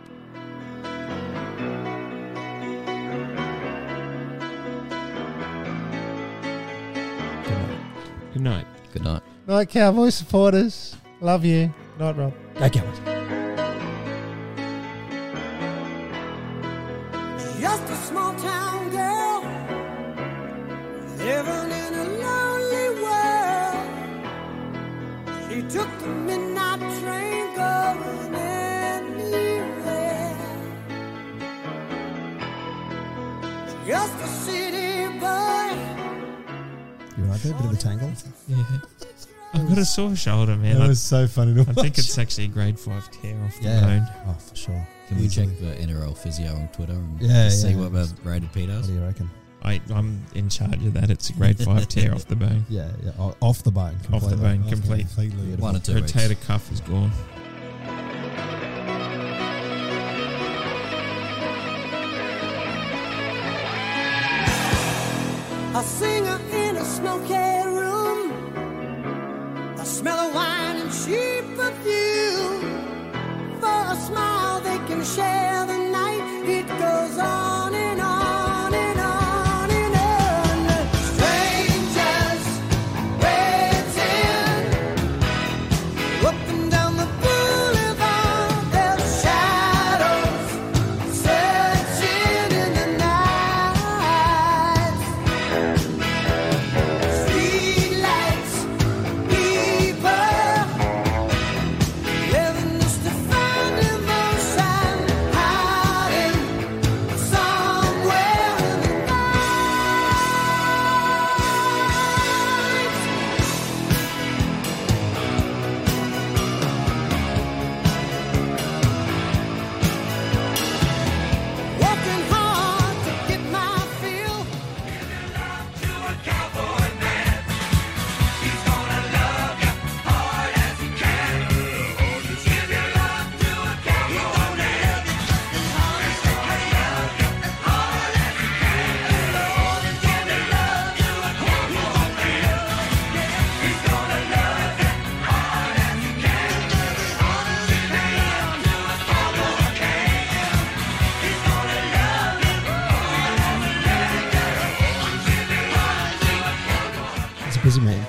Good night.
Good night.
Night Cowboy supporters. Love you. Night, Rob.
Okay. well,
Just a small town girl living in a lonely world. She took the midnight train going anywhere. Just a city boy.
You right there? Bit of a tangle.
Yeah. I've got a sore shoulder, man.
That was so funny to
I, I
watch.
think it's actually a grade five tear off the
Yeah.
bone.
Oh, for sure.
Can we check the NRL physio on Twitter and
Yeah,
just
yeah.
see what we've rated
What
Peter's?
do you reckon?
I, I'm in charge of that. It's a grade five tear off the bone.
Yeah, yeah. o- Off the bone.
Off the
completely.
bone, complete.
completely.
One or two weeks.
Rotator cuff is gone.
A singer in a smoky room. A smell of wine and cheap perfume. For a smile, they can share the night. It goes on and on and on and on. Strangers waiting. Up and down the boulevard, there's shadows searching in the night. Streetlights, people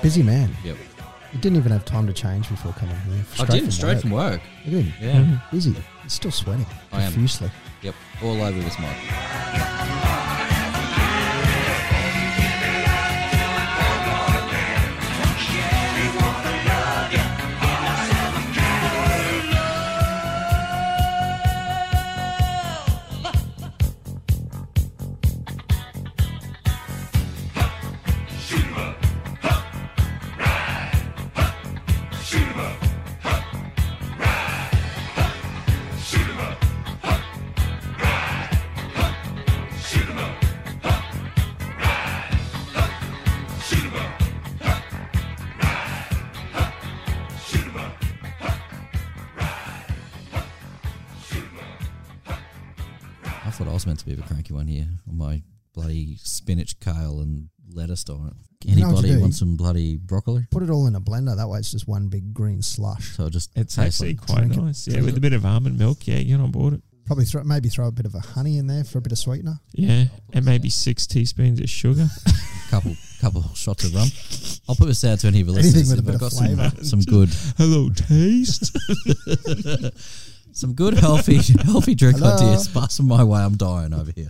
busy man.
Yep.
You didn't even have time to change before coming here.
I didn't straight from work.
Look at him. Mm-hmm.
Yeah.
Busy. He's still sweating.
I am.
Profusely.
Yep. All over this mic. I thought I was meant to be the cranky one here on my bloody spinach, kale, and lettuce diet.
know what to
Anybody
do?
want some bloody broccoli?
Put it all in a blender. That way it's just one big green slush.
So I just
It's
taste
actually
like-
quite
drink it,
nice. Yeah,
drink
with
it.
a bit of almond milk. Yeah, get on board it.
Probably throw, maybe throw a bit of a honey in there for a bit of sweetener.
Yeah, and maybe six teaspoons of sugar.
couple couple shots of rum. I'll put this out to any of the
Anything
listeners.
with a
if I've
bit of
got some,
flavour.
some good,
Hello, taste.
some good healthy healthy drink
Hello?
ideas. Pass them my way. I'm dying over here.